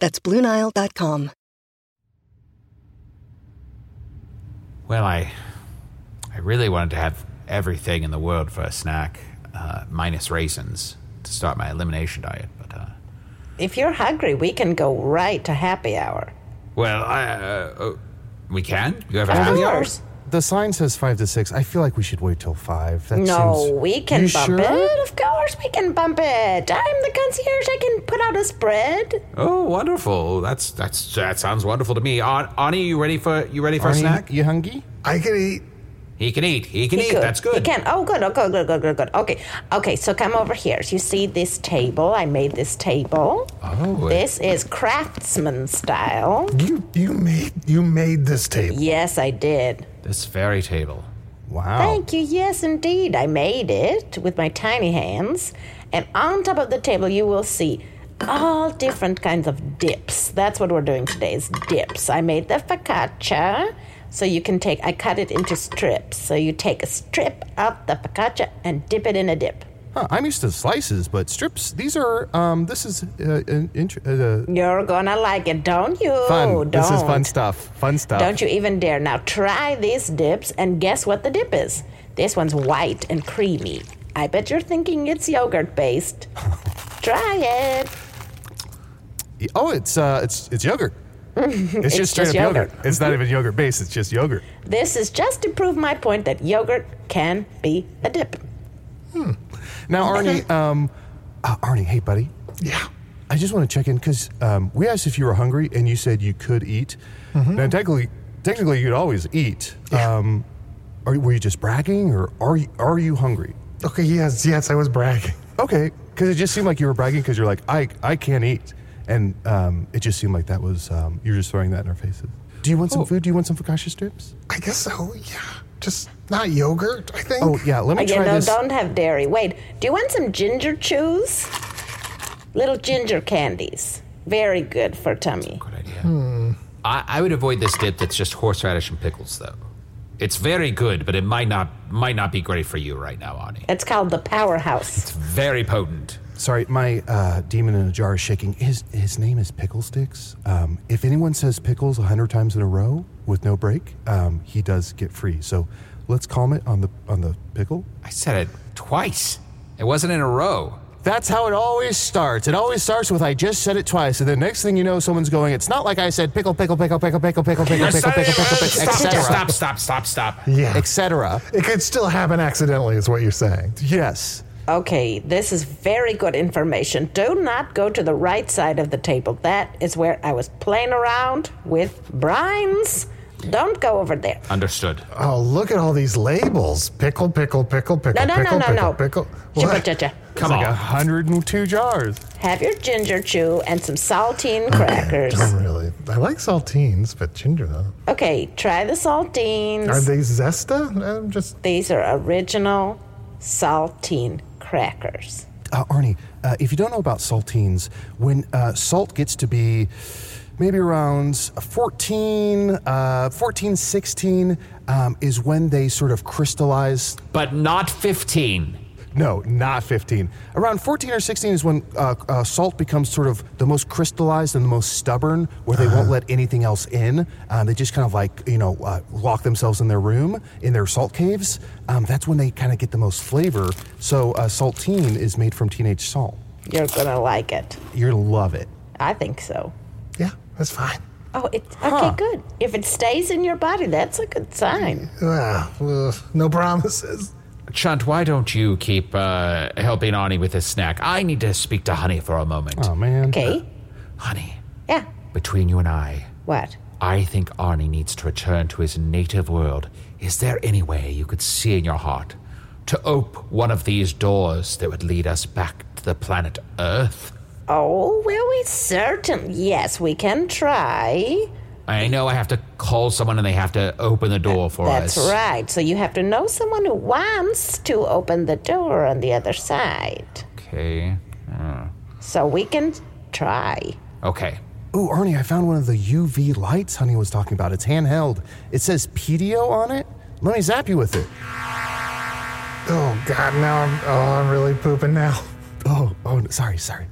Speaker 8: That's BlueNile.com.
Speaker 3: Well, I, I really wanted to have everything in the world for a snack, uh, minus raisins, to start my elimination diet. But uh,
Speaker 5: If you're hungry, we can go right to happy hour.
Speaker 3: well, I, uh, oh, we can. You have a
Speaker 5: Of
Speaker 3: happy hour?
Speaker 5: course.
Speaker 4: The sign says five to six. I feel like we should wait till five. That
Speaker 5: no,
Speaker 4: seems-
Speaker 5: we can
Speaker 4: You
Speaker 5: bump
Speaker 4: sure?
Speaker 5: it. Of course, we can bump it. I'm the concierge. I can put out a spread.
Speaker 3: Oh, wonderful! That's that's that sounds wonderful to me. Ar- Arnie, you ready for you ready for a
Speaker 4: Arnie,
Speaker 3: snack?
Speaker 4: You hungry?
Speaker 3: I can eat. He can eat. He can
Speaker 5: He
Speaker 3: eat. That's good.
Speaker 5: He can. Oh, good. Oh, good, good, good, good, good. Okay. Okay, so come over here. You see this table? I made this table.
Speaker 3: Oh.
Speaker 5: This is craftsman style.
Speaker 2: You you made you made this table.
Speaker 5: Yes, I did.
Speaker 3: This fairy table. Oh.
Speaker 4: Wow.
Speaker 5: Thank you. Yes, indeed. I made it with my tiny hands. And on top of the table, you will see all different kinds of dips. That's what we're doing today is dips. I made the focaccia. So you can take, I cut it into strips. So you take a strip of the focaccia and dip it in a dip.
Speaker 4: Huh, I'm used to slices, but strips. These are. Um, this is uh, an int- uh,
Speaker 5: You're gonna like it, don't you?
Speaker 4: fun.
Speaker 5: Don't.
Speaker 4: This is fun stuff. Fun stuff.
Speaker 5: Don't you even dare. Now try these dips and guess what the dip is. This one's white and creamy. I bet you're thinking it's yogurt
Speaker 4: [laughs]
Speaker 5: based. try it.
Speaker 4: Oh, it's uh, it's it's [laughs] yogurt. It's, just straight up yogurt. It's not even yogurt based. It's just yogurt.
Speaker 5: This is just to prove my point that yogurt can be a dip.
Speaker 4: [laughs] Now, Arnie, um, uh, Arnie, hey, buddy.
Speaker 2: Yeah.
Speaker 4: I just want to check in because um, we asked if you were hungry, and you said you could eat. Now, technically, technically, you could always eat. Um, are, were you just bragging, or are you, are you hungry?
Speaker 2: Okay. Yes. Yes. I was bragging.
Speaker 4: Okay, because it just seemed like you were bragging because you're like, I I can't eat, and um, it just seemed like that was um, you're just throwing that in our faces. Do you want some food? Do you want some focaccia strips?
Speaker 2: I guess so. Yeah. Just not yogurt. I think.
Speaker 4: Oh yeah, let me
Speaker 5: Oh, you
Speaker 4: try
Speaker 5: know,
Speaker 4: this.
Speaker 5: don't have dairy. Wait, do you want some ginger chews? Little ginger candies. Very good for tummy.
Speaker 3: I, I would avoid this dip that's just horseradish and pickles, though. It's very good, but it might not might not be great for you right now, Arnie.
Speaker 5: It's called the powerhouse.
Speaker 3: Very potent.
Speaker 4: Sorry, my uh, demon in a jar is shaking. His his name is Pickle Sticks. Um, if anyone says pickles a hundred times in a row with no break, um, he does get free. So let's calm it on the on the pickle.
Speaker 3: I said it twice. It wasn't in a row.
Speaker 4: That's how it always starts. It always starts with I just said it twice, and the next thing you know, someone's going, "It's not like I said pickle, pickle, pickle, pickle, pickle, pickle, pickle, pickle, pickle, pickle, pickle,
Speaker 3: Stop!
Speaker 4: etc."
Speaker 3: Stop! Stop! Stop!
Speaker 2: Yeah.
Speaker 4: etc.
Speaker 2: It could still happen accidentally, is what you're saying.
Speaker 4: Yes.
Speaker 5: Okay, this is very good information. Do not go to the right side of the table. That is where I was playing around with brines. Don't go over there.
Speaker 3: Understood.
Speaker 2: Oh, look at all these labels. Pickle, pickle, pickle,
Speaker 5: No,
Speaker 2: pickle,
Speaker 5: no, no,
Speaker 2: pickle,
Speaker 5: no,
Speaker 2: pickle,
Speaker 5: no.
Speaker 2: pickle.
Speaker 5: Chippa
Speaker 2: What?
Speaker 5: chacha.
Speaker 3: Come
Speaker 4: Like
Speaker 3: on.
Speaker 4: 102 jars.
Speaker 5: Have your ginger chew and some saltine crackers.
Speaker 2: Don't Oh, really. I like saltines, but ginger though.
Speaker 5: Okay, try the saltines.
Speaker 2: Are they zesta? I'm just
Speaker 5: These are original saltine crackers.
Speaker 4: Uh, Arnie, uh, if you don't know about saltines, when uh, salt gets to be maybe around 14, uh, 14, 16 um, is when they sort of crystallize.
Speaker 3: But not 15.
Speaker 4: No, not 15. Around 14 or 16 is when uh, uh, salt becomes sort of the most crystallized and the most stubborn, where they won't let anything else in. Um, they just kind of like, you know, uh, lock themselves in their room, in their salt caves. Um, that's when they kind of get the most flavor. So, uh, saltine is made from teenage salt.
Speaker 5: You're gonna like it.
Speaker 4: You're gonna love it.
Speaker 5: I think so.
Speaker 2: Yeah, that's fine.
Speaker 5: Oh, it, okay, good. If it stays in your body, that's a good sign.
Speaker 2: Ah, ugh, no promises.
Speaker 3: Chunt, why don't you keep uh, helping Ani with his snack? I need to speak to Honey for a moment.
Speaker 4: Oh, man.
Speaker 5: Okay.
Speaker 3: honey.
Speaker 5: Yeah.
Speaker 3: Between you and I,
Speaker 5: What?
Speaker 3: I think Arnie needs to return to his native world. Is there any way you could see in your heart to ope one of these doors that would lead us back to the planet Earth?
Speaker 5: Oh, well, we certain. Yes, we can try.
Speaker 3: I know I have to call someone and they have to open the door for
Speaker 5: That's
Speaker 3: us.
Speaker 5: right. So you have to know someone who wants to open the door on the other side.
Speaker 3: Okay. Uh,
Speaker 5: So we can try.
Speaker 3: Okay.
Speaker 4: Ooh, Arnie, I found one of the UV lights Honey was talking about. It's handheld. It says PDO on it. Let me zap you with it.
Speaker 2: Oh God, now I'm oh I'm really pooping now.
Speaker 4: Oh, oh, sorry, sorry.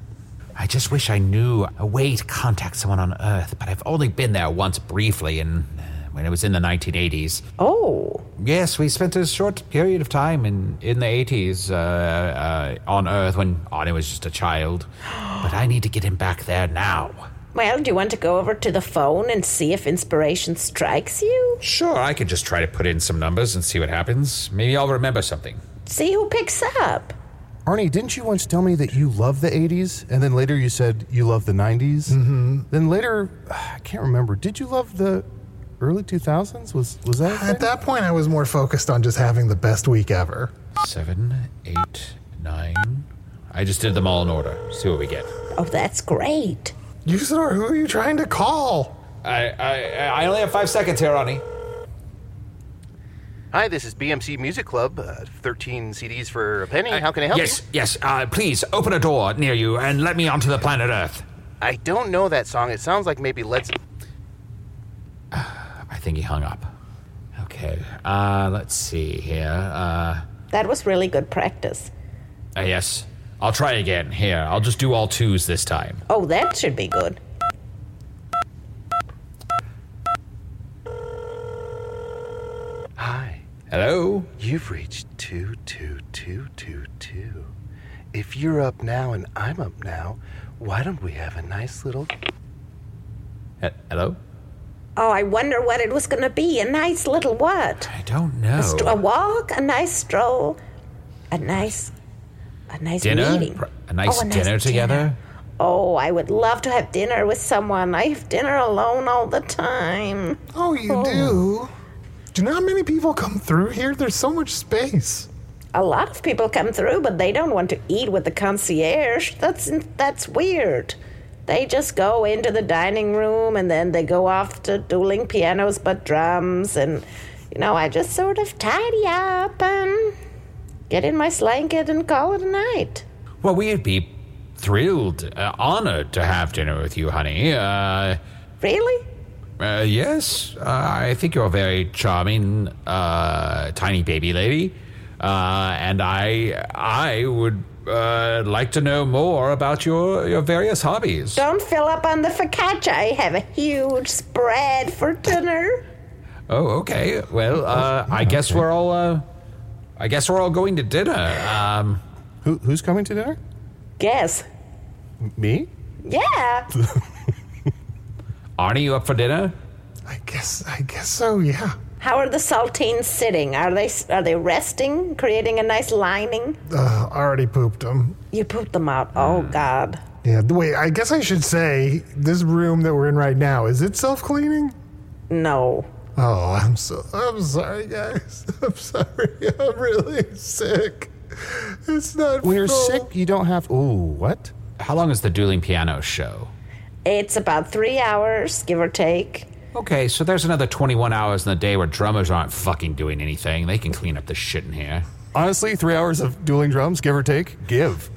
Speaker 3: I just wish I knew a way to contact someone on Earth, but I've only been there once briefly, and uh, when it was in the 1980s.
Speaker 5: Oh.
Speaker 3: Yes, we spent a short period of time in, in the 80s uh, uh, on Earth when Arnie was just a child. But I need to get him back there now.
Speaker 5: Well, do you want to go over to the phone and see if inspiration strikes you?
Speaker 3: Sure, I could just try to put in some numbers and see what happens. Maybe I'll remember something.
Speaker 5: See who picks up.
Speaker 4: Arnie, didn't you once tell me that you love the 80s? And then later you said you love the 90s? Mm-hmm. Then later, I can't remember. Did you love the early 2000s? Was was that?
Speaker 2: At that point, I was more focused on just having the best week ever.
Speaker 3: Seven, eight, nine. I just did them all in order. See what we get.
Speaker 5: Oh, that's great.
Speaker 2: Usador, who are you trying to call?
Speaker 3: I, I, I only have five seconds here, Arnie.
Speaker 4: Hi, this is BMC Music Club. Uh, 13 CDs for a penny. How can I help
Speaker 3: yes, yes. Uh, please open a door near you and let me onto the planet Earth.
Speaker 4: I don't know that song. It sounds like maybe Let's.
Speaker 3: I think he hung up. Okay. Uh, let's see here. Uh,
Speaker 5: That was really good practice.
Speaker 3: uh, yes. I'll try again. Here, I'll just do all twos this time.
Speaker 5: Oh, that should be good.
Speaker 9: Hi.
Speaker 3: Hello?
Speaker 9: You've reached 22222. If you're up now and I'm up now, why don't we have a nice little.
Speaker 3: He- hello?
Speaker 5: Oh, I wonder what it was going to be. A nice little what?
Speaker 3: I don't know.
Speaker 5: A, stro- a walk, a nice stroll, a nice, a nice
Speaker 3: dinner?
Speaker 5: meeting.
Speaker 3: Pr- A nice
Speaker 5: Oh, a nice
Speaker 3: dinner together?
Speaker 5: Oh, I would love to have dinner with someone. I have dinner alone all the time.
Speaker 2: Oh, you do? Do not many people come through here. There's so much space.
Speaker 5: A lot of people come through, but they don't want to eat with the concierge. That's that's weird. They just go into the dining room and then they go off to dueling pianos but drums and you know, I just sort of tidy up and get in my slanket and call it a night.
Speaker 3: Well, we'd be thrilled, uh, honored to have dinner with you, honey. Uh,
Speaker 5: Really?
Speaker 3: uh, yes, uh, I think you're a very charming, uh, tiny baby lady, uh, and I, I would uh, like to know more about your your various hobbies.
Speaker 5: Don't fill up on the focaccia. I have a huge spread for dinner.
Speaker 3: Oh, okay. Well, uh, I guess we're all, uh, I guess we're all going to dinner. Um,
Speaker 4: Who, who's coming to dinner?
Speaker 5: Guess.
Speaker 4: Me?
Speaker 5: Yeah.
Speaker 3: Arnie, you up for dinner?
Speaker 2: I guess I guess so, yeah.
Speaker 5: How are the saltines sitting? Are they are they resting, creating a nice lining?
Speaker 2: Ugh, I Uh, already pooped them.
Speaker 5: You pooped them out. Oh
Speaker 3: Hmm.
Speaker 5: God.
Speaker 2: Yeah, th- wait, I guess I should say this room that we're in right now, is it self cleaning?
Speaker 5: No.
Speaker 2: Oh, I'm so I'm sorry guys. [laughs] I'm sorry. I'm [laughs] really sick. It's not
Speaker 4: When you're
Speaker 2: full.
Speaker 4: sick, you don't have. Ooh, what?
Speaker 3: How long is the dueling piano show?
Speaker 5: It's about three hours, give or take.
Speaker 3: Okay, so there's another 21 hours in the day where drummers aren't fucking doing anything. They can clean up the shit in here.
Speaker 4: Honestly, three hours of dueling drums, give or take, give.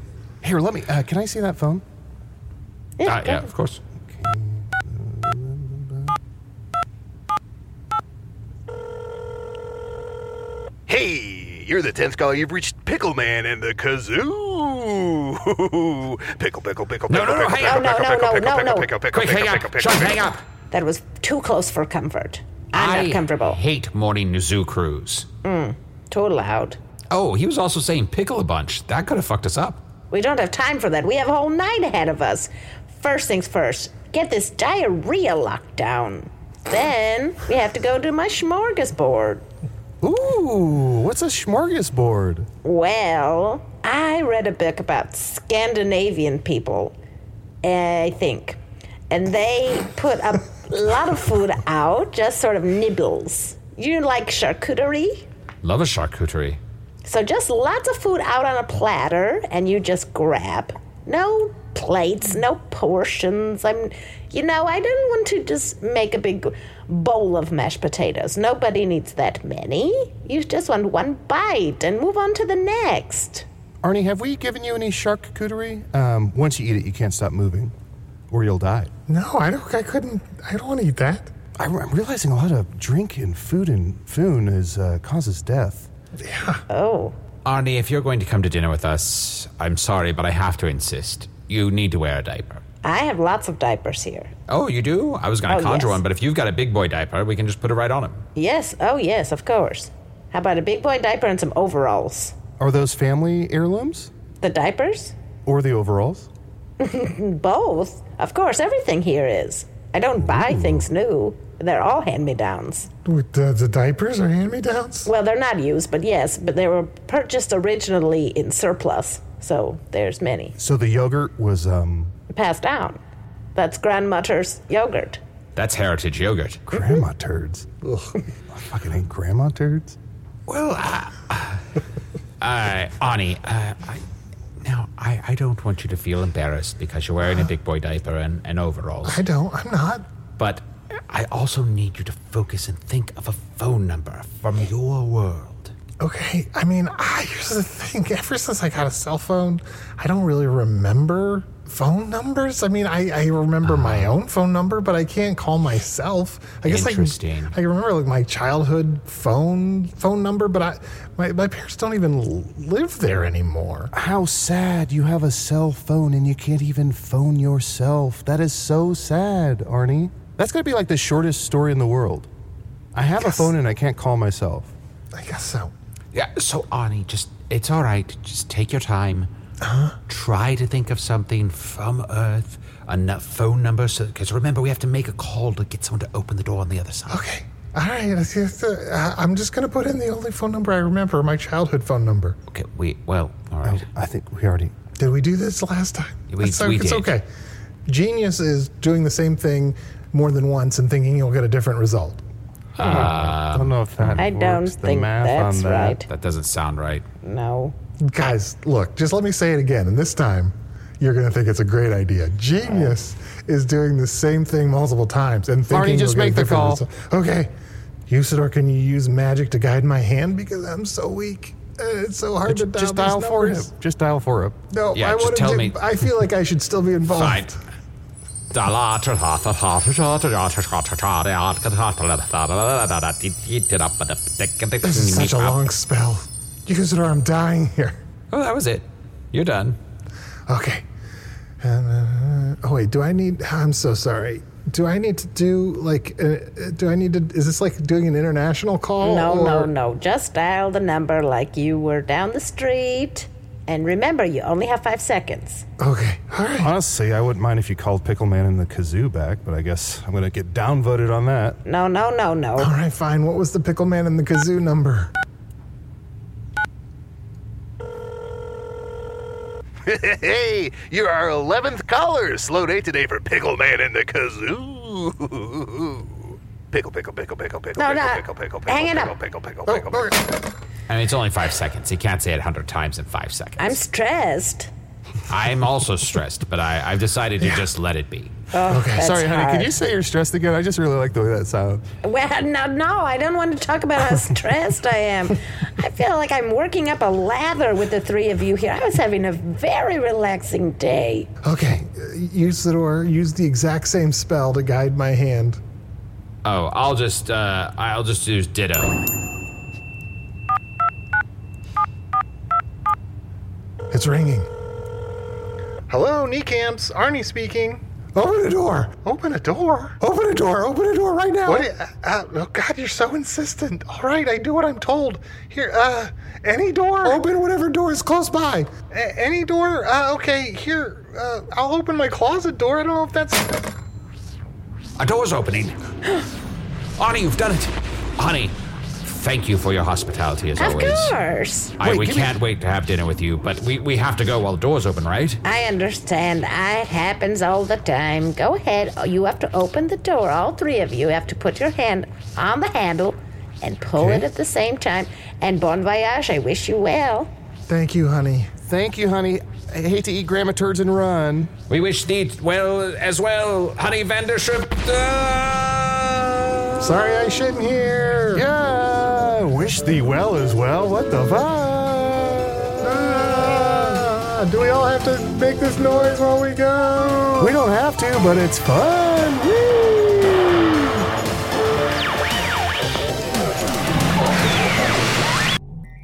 Speaker 4: Here, let me. Uh, can I see that phone?
Speaker 3: Uh, yeah, of course.
Speaker 10: Hey, you're the 10th caller. You've reached Pickle Man and the Kazoo. Pickle, pickle, pickle,
Speaker 5: No,
Speaker 10: pickle,
Speaker 5: no, no,
Speaker 10: pickle,
Speaker 5: hang up.
Speaker 10: pickle,
Speaker 5: No, no,
Speaker 10: pickle,
Speaker 5: no,
Speaker 10: pickle,
Speaker 5: no,
Speaker 10: pickle,
Speaker 5: no.
Speaker 10: pickle, pickle,
Speaker 5: Quick,
Speaker 10: pickle,
Speaker 5: hang up.
Speaker 10: pickle,
Speaker 5: Sean,
Speaker 10: pickle,
Speaker 5: hang
Speaker 10: pickle.
Speaker 5: That was too close for comfort. I'm
Speaker 3: I
Speaker 5: not comfortable.
Speaker 3: Hate morning zoo cruise.
Speaker 5: Mm, too loud.
Speaker 3: Oh, he was also saying pickle a bunch. That could have fucked us up.
Speaker 5: We don't have time for that. We have a whole night ahead of us. First things first, get this diarrhea locked down. Then we have to go to my smorgasbord.
Speaker 4: Ooh, what's a smorgasbord?
Speaker 5: Well, I read a book about Scandinavian people, I think. And they put a lot of food out, just sort of nibbles. You like charcuterie?
Speaker 3: Love a charcuterie.
Speaker 5: So just lots of food out on a platter and you just grab. No plates, no portions. I'm you know, I didn't want to just make a big bowl of mashed potatoes. Nobody needs that many. You just want one bite and move on to the next.
Speaker 4: Arnie, have we given you any charcuterie? Um, once you eat it, you can't stop moving, or you'll die.
Speaker 2: No, I don't. I couldn't. I don't want to eat that.
Speaker 4: I, am realizing a lot of drink and food and foon is uh, causes death.
Speaker 5: Oh.
Speaker 3: Arnie, if you're going to come to dinner with us, I'm sorry, but I have to insist. You need to wear a diaper.
Speaker 5: I have lots of diapers here.
Speaker 3: Oh, you do? I was going to
Speaker 5: Oh,
Speaker 3: conjure
Speaker 5: yes.
Speaker 3: one, but if you've got a big boy diaper, we can just put it right on him.
Speaker 5: Yes, oh yes, of course. How about a big boy diaper and some overalls?
Speaker 4: Are those family heirlooms
Speaker 5: The diapers?
Speaker 4: or the overalls?
Speaker 5: Both. Of course, everything here is. I don't buy things new. They're all hand me downs.
Speaker 2: With the, the diapers are hand me downs?
Speaker 5: Well, they're not used, but yes, but they were purchased originally in surplus. So there's many.
Speaker 4: So the yogurt was um,
Speaker 5: Passed down. That's grandmother's yogurt.
Speaker 3: That's heritage yogurt.
Speaker 2: Mm-hmm.
Speaker 4: grandma turds. Ugh, I fucking hate grandma turds.
Speaker 3: Well, uh, uh, Arnie, uh, I, now I, I don't want you to feel embarrassed because you're wearing a big boy diaper and, and overalls.
Speaker 2: I don't. I'm not.
Speaker 3: But I also need you to focus and think of a phone number from your world.
Speaker 2: Okay. I mean, I, here's the thing. Ever since I got a cell phone, I don't really remember phone numbers. I mean, I, I remember my
Speaker 4: Oh.
Speaker 2: own phone number, but I can't call myself. I guess
Speaker 3: Interesting.
Speaker 2: I, I remember like my childhood phone phone number, but I my, my parents don't even l- live there anymore.
Speaker 4: How sad you have a cell phone and you can't even phone yourself. That is so sad, Arnie. That's gonna be like the shortest story in the world. I have a phone and I can't call myself.
Speaker 2: I guess so.
Speaker 3: Yeah, so Arnie, just it's all right. Just take your time. Uh-huh. Try to think of something from Earth, a nu- phone number, because remember we have to make a call to get someone to open the door on the other side.
Speaker 2: Okay. All right. I see it's, uh, I'm just gonna put in the only phone number I remember, my childhood phone number.
Speaker 3: Okay. We well, all right.
Speaker 4: I think we already
Speaker 2: Did we do this last time?
Speaker 3: We-
Speaker 2: it's, o-
Speaker 3: we
Speaker 2: it's
Speaker 3: did.
Speaker 2: okay. Genius is doing the same thing more than once and thinking you'll get a different result.
Speaker 10: Um,
Speaker 4: I don't know if that.
Speaker 2: I don't works, the think math on that's that. right.
Speaker 3: That doesn't sound right.
Speaker 5: No.
Speaker 2: Guys, look, just let me say it again. And this time, you're going to think it's a great idea. Genius is doing the same thing multiple times and thinking
Speaker 4: Arnie, just
Speaker 2: you'll get a
Speaker 4: make the
Speaker 2: different
Speaker 4: call.
Speaker 2: result. Okay. Usador, can you use magic to guide my hand? Because I'm so weak. Uh, It's so hard to dial
Speaker 4: just
Speaker 2: these
Speaker 4: dial for him.
Speaker 2: numbers.
Speaker 4: Just dial for him.
Speaker 2: No,
Speaker 3: Yeah,
Speaker 2: I
Speaker 3: just
Speaker 2: want
Speaker 3: tell
Speaker 2: to,
Speaker 3: me.
Speaker 2: I feel like I should still be involved.
Speaker 3: Fine. This
Speaker 2: This is such a long spell. Usador, I'm dying here.
Speaker 3: Oh, that was it. You're done.
Speaker 2: Okay. Uh, oh wait, do I need? I'm so sorry. Do I need to do like? Uh, uh, do I need to? Is this like doing an international call?
Speaker 5: no, no,
Speaker 2: or-
Speaker 5: no. Just dial the number like you were down the street. And remember, you only have five seconds.
Speaker 2: Okay. All right.
Speaker 4: Honestly, I wouldn't mind if you called Pickle Man and the Kazoo back, but I guess I'm gonna get downvoted on that.
Speaker 5: No, no, no, no.
Speaker 2: All right, fine. What was the pickle man and the kazoo number?
Speaker 10: [laughs] Hey, you're our 11th caller. Slow day today for Pickle Man and the Kazoo. [laughs] Pickle, pickle, pickle, pickle, pickle,
Speaker 5: No,
Speaker 10: pickle,
Speaker 5: no.
Speaker 10: pickle, pickle, pickle,
Speaker 5: Hang it
Speaker 10: pickle,
Speaker 5: up.
Speaker 10: pickle, pickle,
Speaker 4: Oh,
Speaker 10: pickle, pickle.
Speaker 3: [laughs] I mean, it's only five seconds. He can't say it a hundred times in five seconds.
Speaker 5: I'm stressed.
Speaker 11: I'm also stressed, but I, I've decided to just let it be.
Speaker 5: Oh,
Speaker 4: okay, sorry, honey. Could you say you're stressed again? I just really like the way that sounds.
Speaker 5: Well, no, no, I don't want to talk about how stressed I am. I feel like I'm working up a lather with the three of you here. I was having a very relaxing day.
Speaker 2: Okay, uh, Usador used the exact same spell to guide my hand.
Speaker 11: Oh, I'll just uh, I'll just use Ditto.
Speaker 2: It's ringing.
Speaker 12: Hello, E knee camps. Arnie speaking.
Speaker 2: Open a door.
Speaker 12: Open a door.
Speaker 2: Open a door. Open a door right now.
Speaker 12: What? i- Uh, oh God, you're so insistent. All right, I do what I'm told. Here, uh, any door.
Speaker 2: Open whatever door is close by.
Speaker 12: A- any door. Uh, okay. Here, uh, I'll open my closet door. I don't know if that's.
Speaker 11: A door's [gasps] opening. Arnie, you've done it. Honey, thank you for your hospitality as
Speaker 5: of
Speaker 11: always.
Speaker 5: course.
Speaker 11: I, we can't wait to have dinner with you, but we, we have to go while the door's open, right?
Speaker 5: I understand. I- It happens all the time. Go ahead. You have to open the door. All three of you have to put your hand on the handle and pull it at the same time. And bon voyage. I wish you well.
Speaker 2: Thank you, honey.
Speaker 4: Thank you, honey. I hate to eat grandma turds and run.
Speaker 11: We wish thee well as well, honey Vandership. uh,
Speaker 2: Sorry, I shouldn't hear.
Speaker 4: Yeah, wish thee well as well. What the
Speaker 2: fuck? Ah, Do we all have to make this noise while we go?
Speaker 4: We don't have to, but it's fun. Woo!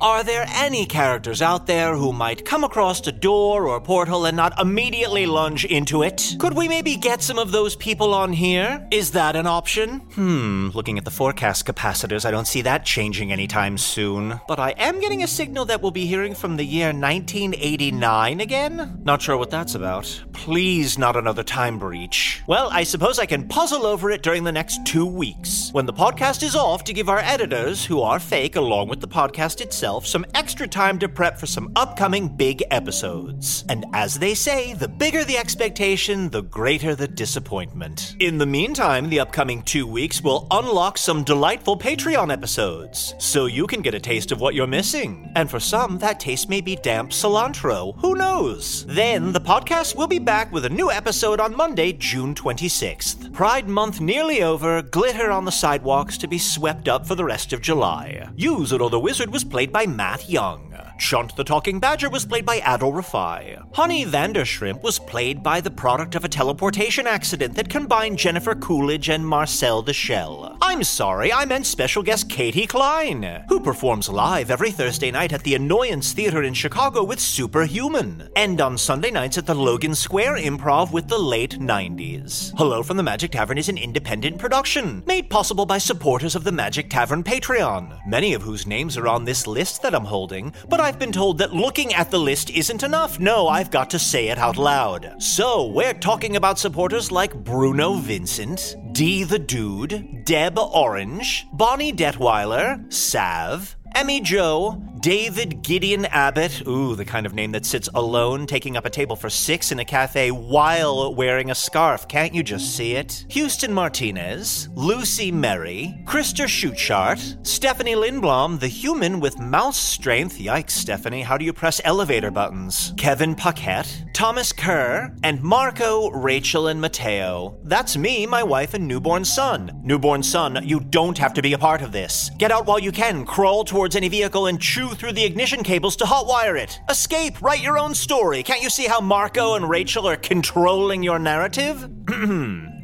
Speaker 1: Are there any characters out there who might come across a door or portal and not immediately lunge into it? Could we maybe get some of those people on here? Is that an option? Hmm, looking at the forecast capacitors, I don't see that changing anytime soon. But I am getting a signal that we'll be hearing from the year 1989 again? Not sure what that's about. Please, not another time breach. Well, I suppose I can puzzle over it during the next two weeks, when the podcast is off to give our editors, who are fake along with the podcast itself, some extra time to prep for some upcoming big episodes. And as they say, the bigger the expectation, the greater the disappointment. In the meantime, the upcoming two weeks will unlock some delightful Patreon episodes, so you can get a taste of what you're missing. And for some, that taste may be damp cilantro. Who knows? Then the podcast will be back with a new episode on Monday, June 26th. Pride Month nearly over, glitter on the sidewalks to be swept up for the rest of July. Yuzuru the Wizard was played by Matt Young. Chunt the Talking Badger was played by Adol Rafai. Honey Vandershrimp was played by the product of a teleportation accident that combined Jennifer Coolidge and Marcel the Shell. I'm sorry, I meant special guest Katie Klein, who performs live every Thursday night at the Annoyance Theater in Chicago with Superhuman, and on Sunday nights at the Logan Square Improv with the late 90s. Hello from the Magic Tavern is an independent production, made possible by supporters of the Magic Tavern Patreon, many of whose names are on this list that I'm holding, but I've been told that looking at the list isn't enough. No, I've got to say it out loud. So, we're talking about supporters like Bruno Vincent, D the Dude, Deb Orange, Bonnie Detweiler, Sav, Emmy Joe, David Gideon Abbott, ooh, the kind of name that sits alone, taking up a table for six in a cafe while wearing a scarf. Can't you just see it? Houston Martinez, Lucy Merry, Krista Schuchart, Stephanie Lindblom, the human with mouse strength. Yikes, Stephanie, how do you press elevator buttons? Kevin Paquette, Thomas Kerr, and Marco, Rachel, and Mateo. That's me, my wife, and newborn son. Newborn son, you don't have to be a part of this. Get out while you can, crawl towards any vehicle, and chew through the ignition cables to hotwire it. Escape, write your own story. Can't you see how Marco and Rachel are controlling your narrative?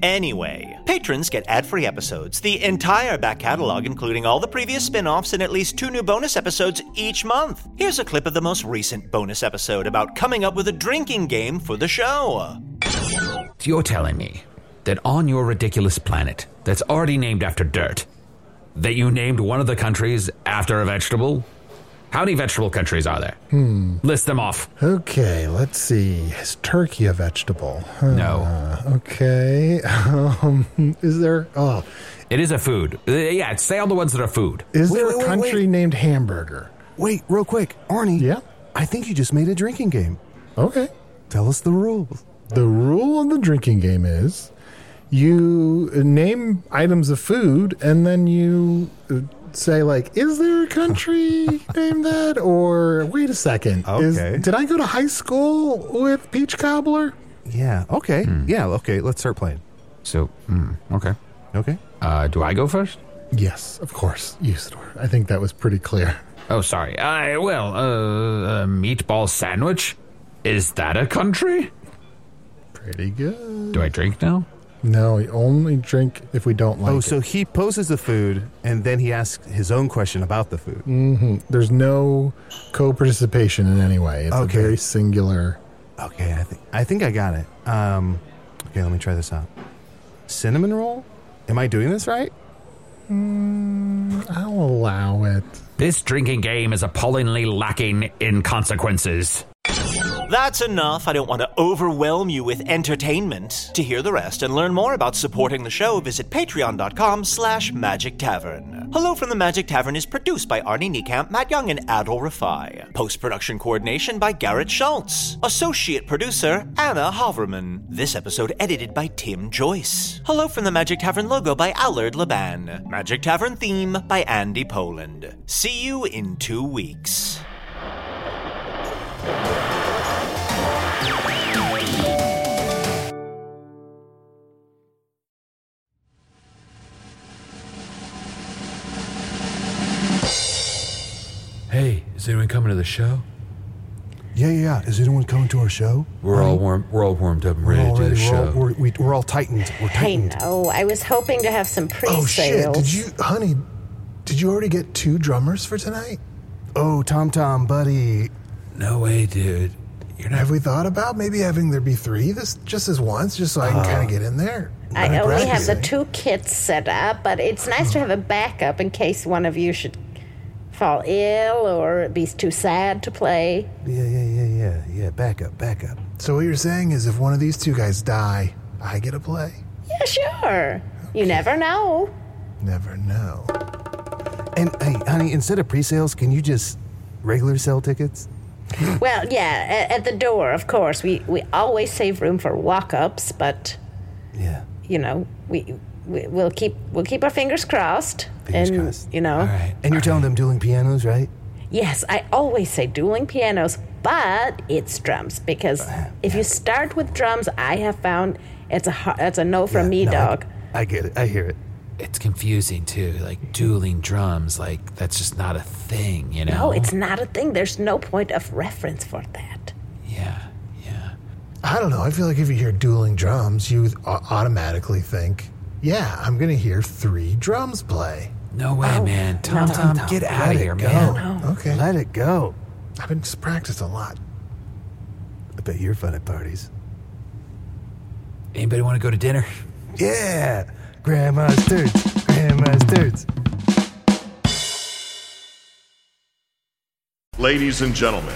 Speaker 1: Anyway, patrons get ad free episodes, the entire back catalog, including all the previous spin offs and at least two new bonus episodes each month. Here's a clip of the most recent bonus episode about coming up with a drinking game for the show.
Speaker 11: You're telling me that on your ridiculous planet that's already named after dirt, that you named one of the countries after a vegetable? How many vegetable countries are there?
Speaker 2: Hmm.
Speaker 11: List them off.
Speaker 2: Okay, let's see. Is turkey a vegetable?
Speaker 11: No.
Speaker 2: Huh, Okay. [laughs] Um, is there? Oh,
Speaker 11: It is a food. Uh, Yeah, say all the ones that are food.
Speaker 2: is there a country named hamburger?
Speaker 4: Wait, real quick, Arnie.
Speaker 2: Yeah.
Speaker 4: I think you just made a drinking game.
Speaker 2: Okay.
Speaker 4: Tell us the rules.
Speaker 2: The rule of the drinking game is you name items of food and then you uh, say like, is there a country
Speaker 4: [laughs]
Speaker 2: named that? Or wait a second, is-
Speaker 4: Okay.
Speaker 2: did I go to high school with Peach Cobbler?
Speaker 4: Yeah. Okay.
Speaker 10: Hmm.
Speaker 4: Yeah. Okay. Let's start playing.
Speaker 11: So, hmm, okay.
Speaker 4: Okay.
Speaker 11: Uh, do I go first?
Speaker 2: Yes, of course, Usador. I think that was pretty clear.
Speaker 11: Oh, sorry. I well, uh, a meatball sandwich. Is that a country?
Speaker 2: Pretty good.
Speaker 11: Do I drink now?
Speaker 2: No, we only drink if we don't like
Speaker 4: oh,
Speaker 2: it.
Speaker 4: so he poses the food and then he asks his own question about the food.
Speaker 13: Mm.
Speaker 2: hmm There's no co-participation in any way. It's
Speaker 4: Okay.
Speaker 2: a very singular.
Speaker 4: Okay, I think I think I got it. Um, okay, let me try this out. Cinnamon roll? Am I doing this right?
Speaker 2: Mm, I'll allow it.
Speaker 11: This drinking game is appallingly lacking in consequences.
Speaker 1: That's enough. I don't want to overwhelm you with entertainment. To hear the rest and learn more about supporting the show, visit patreon.com slash magic tavern. Hello from the Magic Tavern is produced by Arnie Niekamp, Matt Young, and Adol Rafai. Post-production coordination by Garrett Schultz. Associate producer, Anna Hoverman. This episode edited by Tim Joyce. Hello from the Magic Tavern logo by Allard Laban. Magic Tavern theme by Andy Poland. See you in two weeks.
Speaker 13: Hey, is anyone coming to the show?
Speaker 4: Yeah, yeah, yeah. Is anyone coming to our show?
Speaker 13: We're all warm. We're all warmed up and
Speaker 4: We're
Speaker 13: ready
Speaker 4: all
Speaker 13: to do the
Speaker 4: ready. We're all,
Speaker 13: show.
Speaker 4: we're, we, we're all tightened. We're
Speaker 5: I
Speaker 4: tightened.
Speaker 5: know. I was hoping to have some pre-sales.
Speaker 4: Oh, shit, did you-
Speaker 2: Honey, did you already get two drummers for tonight?
Speaker 4: Oh, Tom Tom, buddy.
Speaker 13: No way, dude. You're
Speaker 2: Have we thought about maybe having there be three? This just as once, just so I can
Speaker 4: Uh,
Speaker 2: kind of get in there.
Speaker 5: I
Speaker 2: Let it
Speaker 5: only have
Speaker 2: practice,
Speaker 5: the
Speaker 2: eh?
Speaker 5: two kits set up, but it's nice to have a backup in case one of you should fall ill or be too sad to play.
Speaker 4: Yeah, yeah, yeah, yeah, yeah. Back up, back up.
Speaker 2: So what you're saying is, if one of these two guys die, I get to play.
Speaker 5: Yeah, sure. You never know.
Speaker 2: Never know.
Speaker 4: And hey, honey, instead of pre-sales, can you just regular sell tickets?
Speaker 5: Well, yeah, at, at the door, of course. We we always save room for walk-ups, but
Speaker 4: yeah,
Speaker 5: you know, we, we we'll keep we'll keep our fingers crossed.
Speaker 4: Fingers
Speaker 5: and
Speaker 4: crossed.
Speaker 5: you know,
Speaker 4: And you're telling them dueling pianos, right?
Speaker 5: Yes, I always say dueling pianos, but it's drums because if you start with drums, I have found it's a har- it's a no from me,
Speaker 13: no, I-
Speaker 5: dog.
Speaker 4: I get it. I hear it.
Speaker 13: It's confusing too. Like dueling drums, like that's just not a thing, you know.
Speaker 5: No, Oh, it's not a thing. There's no point of reference for that.
Speaker 2: I don't know. I feel like if you hear dueling drums, you au- automatically think, "Yeah, I'm gonna hear three drums play."
Speaker 13: No way,
Speaker 5: Oh.
Speaker 13: man. Tom, Tom, get out of
Speaker 2: Let it
Speaker 13: here,
Speaker 2: go.
Speaker 13: man.
Speaker 2: Okay,
Speaker 4: let it go.
Speaker 2: I've been just practiced a lot.
Speaker 4: I bet you're fun at parties.
Speaker 13: Anybody want to go to dinner?
Speaker 4: Yeah, grandma's turds. Grandma's turds.
Speaker 14: Ladies and gentlemen,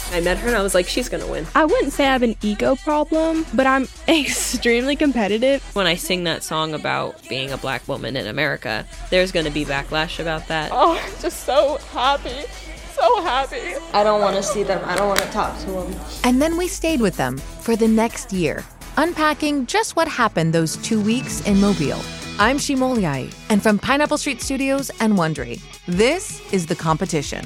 Speaker 15: I met her and I was like, she's gonna win. I wouldn't say I have an ego problem, but I'm extremely competitive. When I sing that song about being a black woman in America, there's gonna be backlash about that.
Speaker 16: Oh, I'm just so happy. So happy. I don't want to see them. I don't want to talk to them.
Speaker 17: And then we stayed with them for the next year, unpacking just what happened those two weeks in Mobile. I'm Shimolyai, and from Pineapple Street Studios and Wondery, this is The Competition.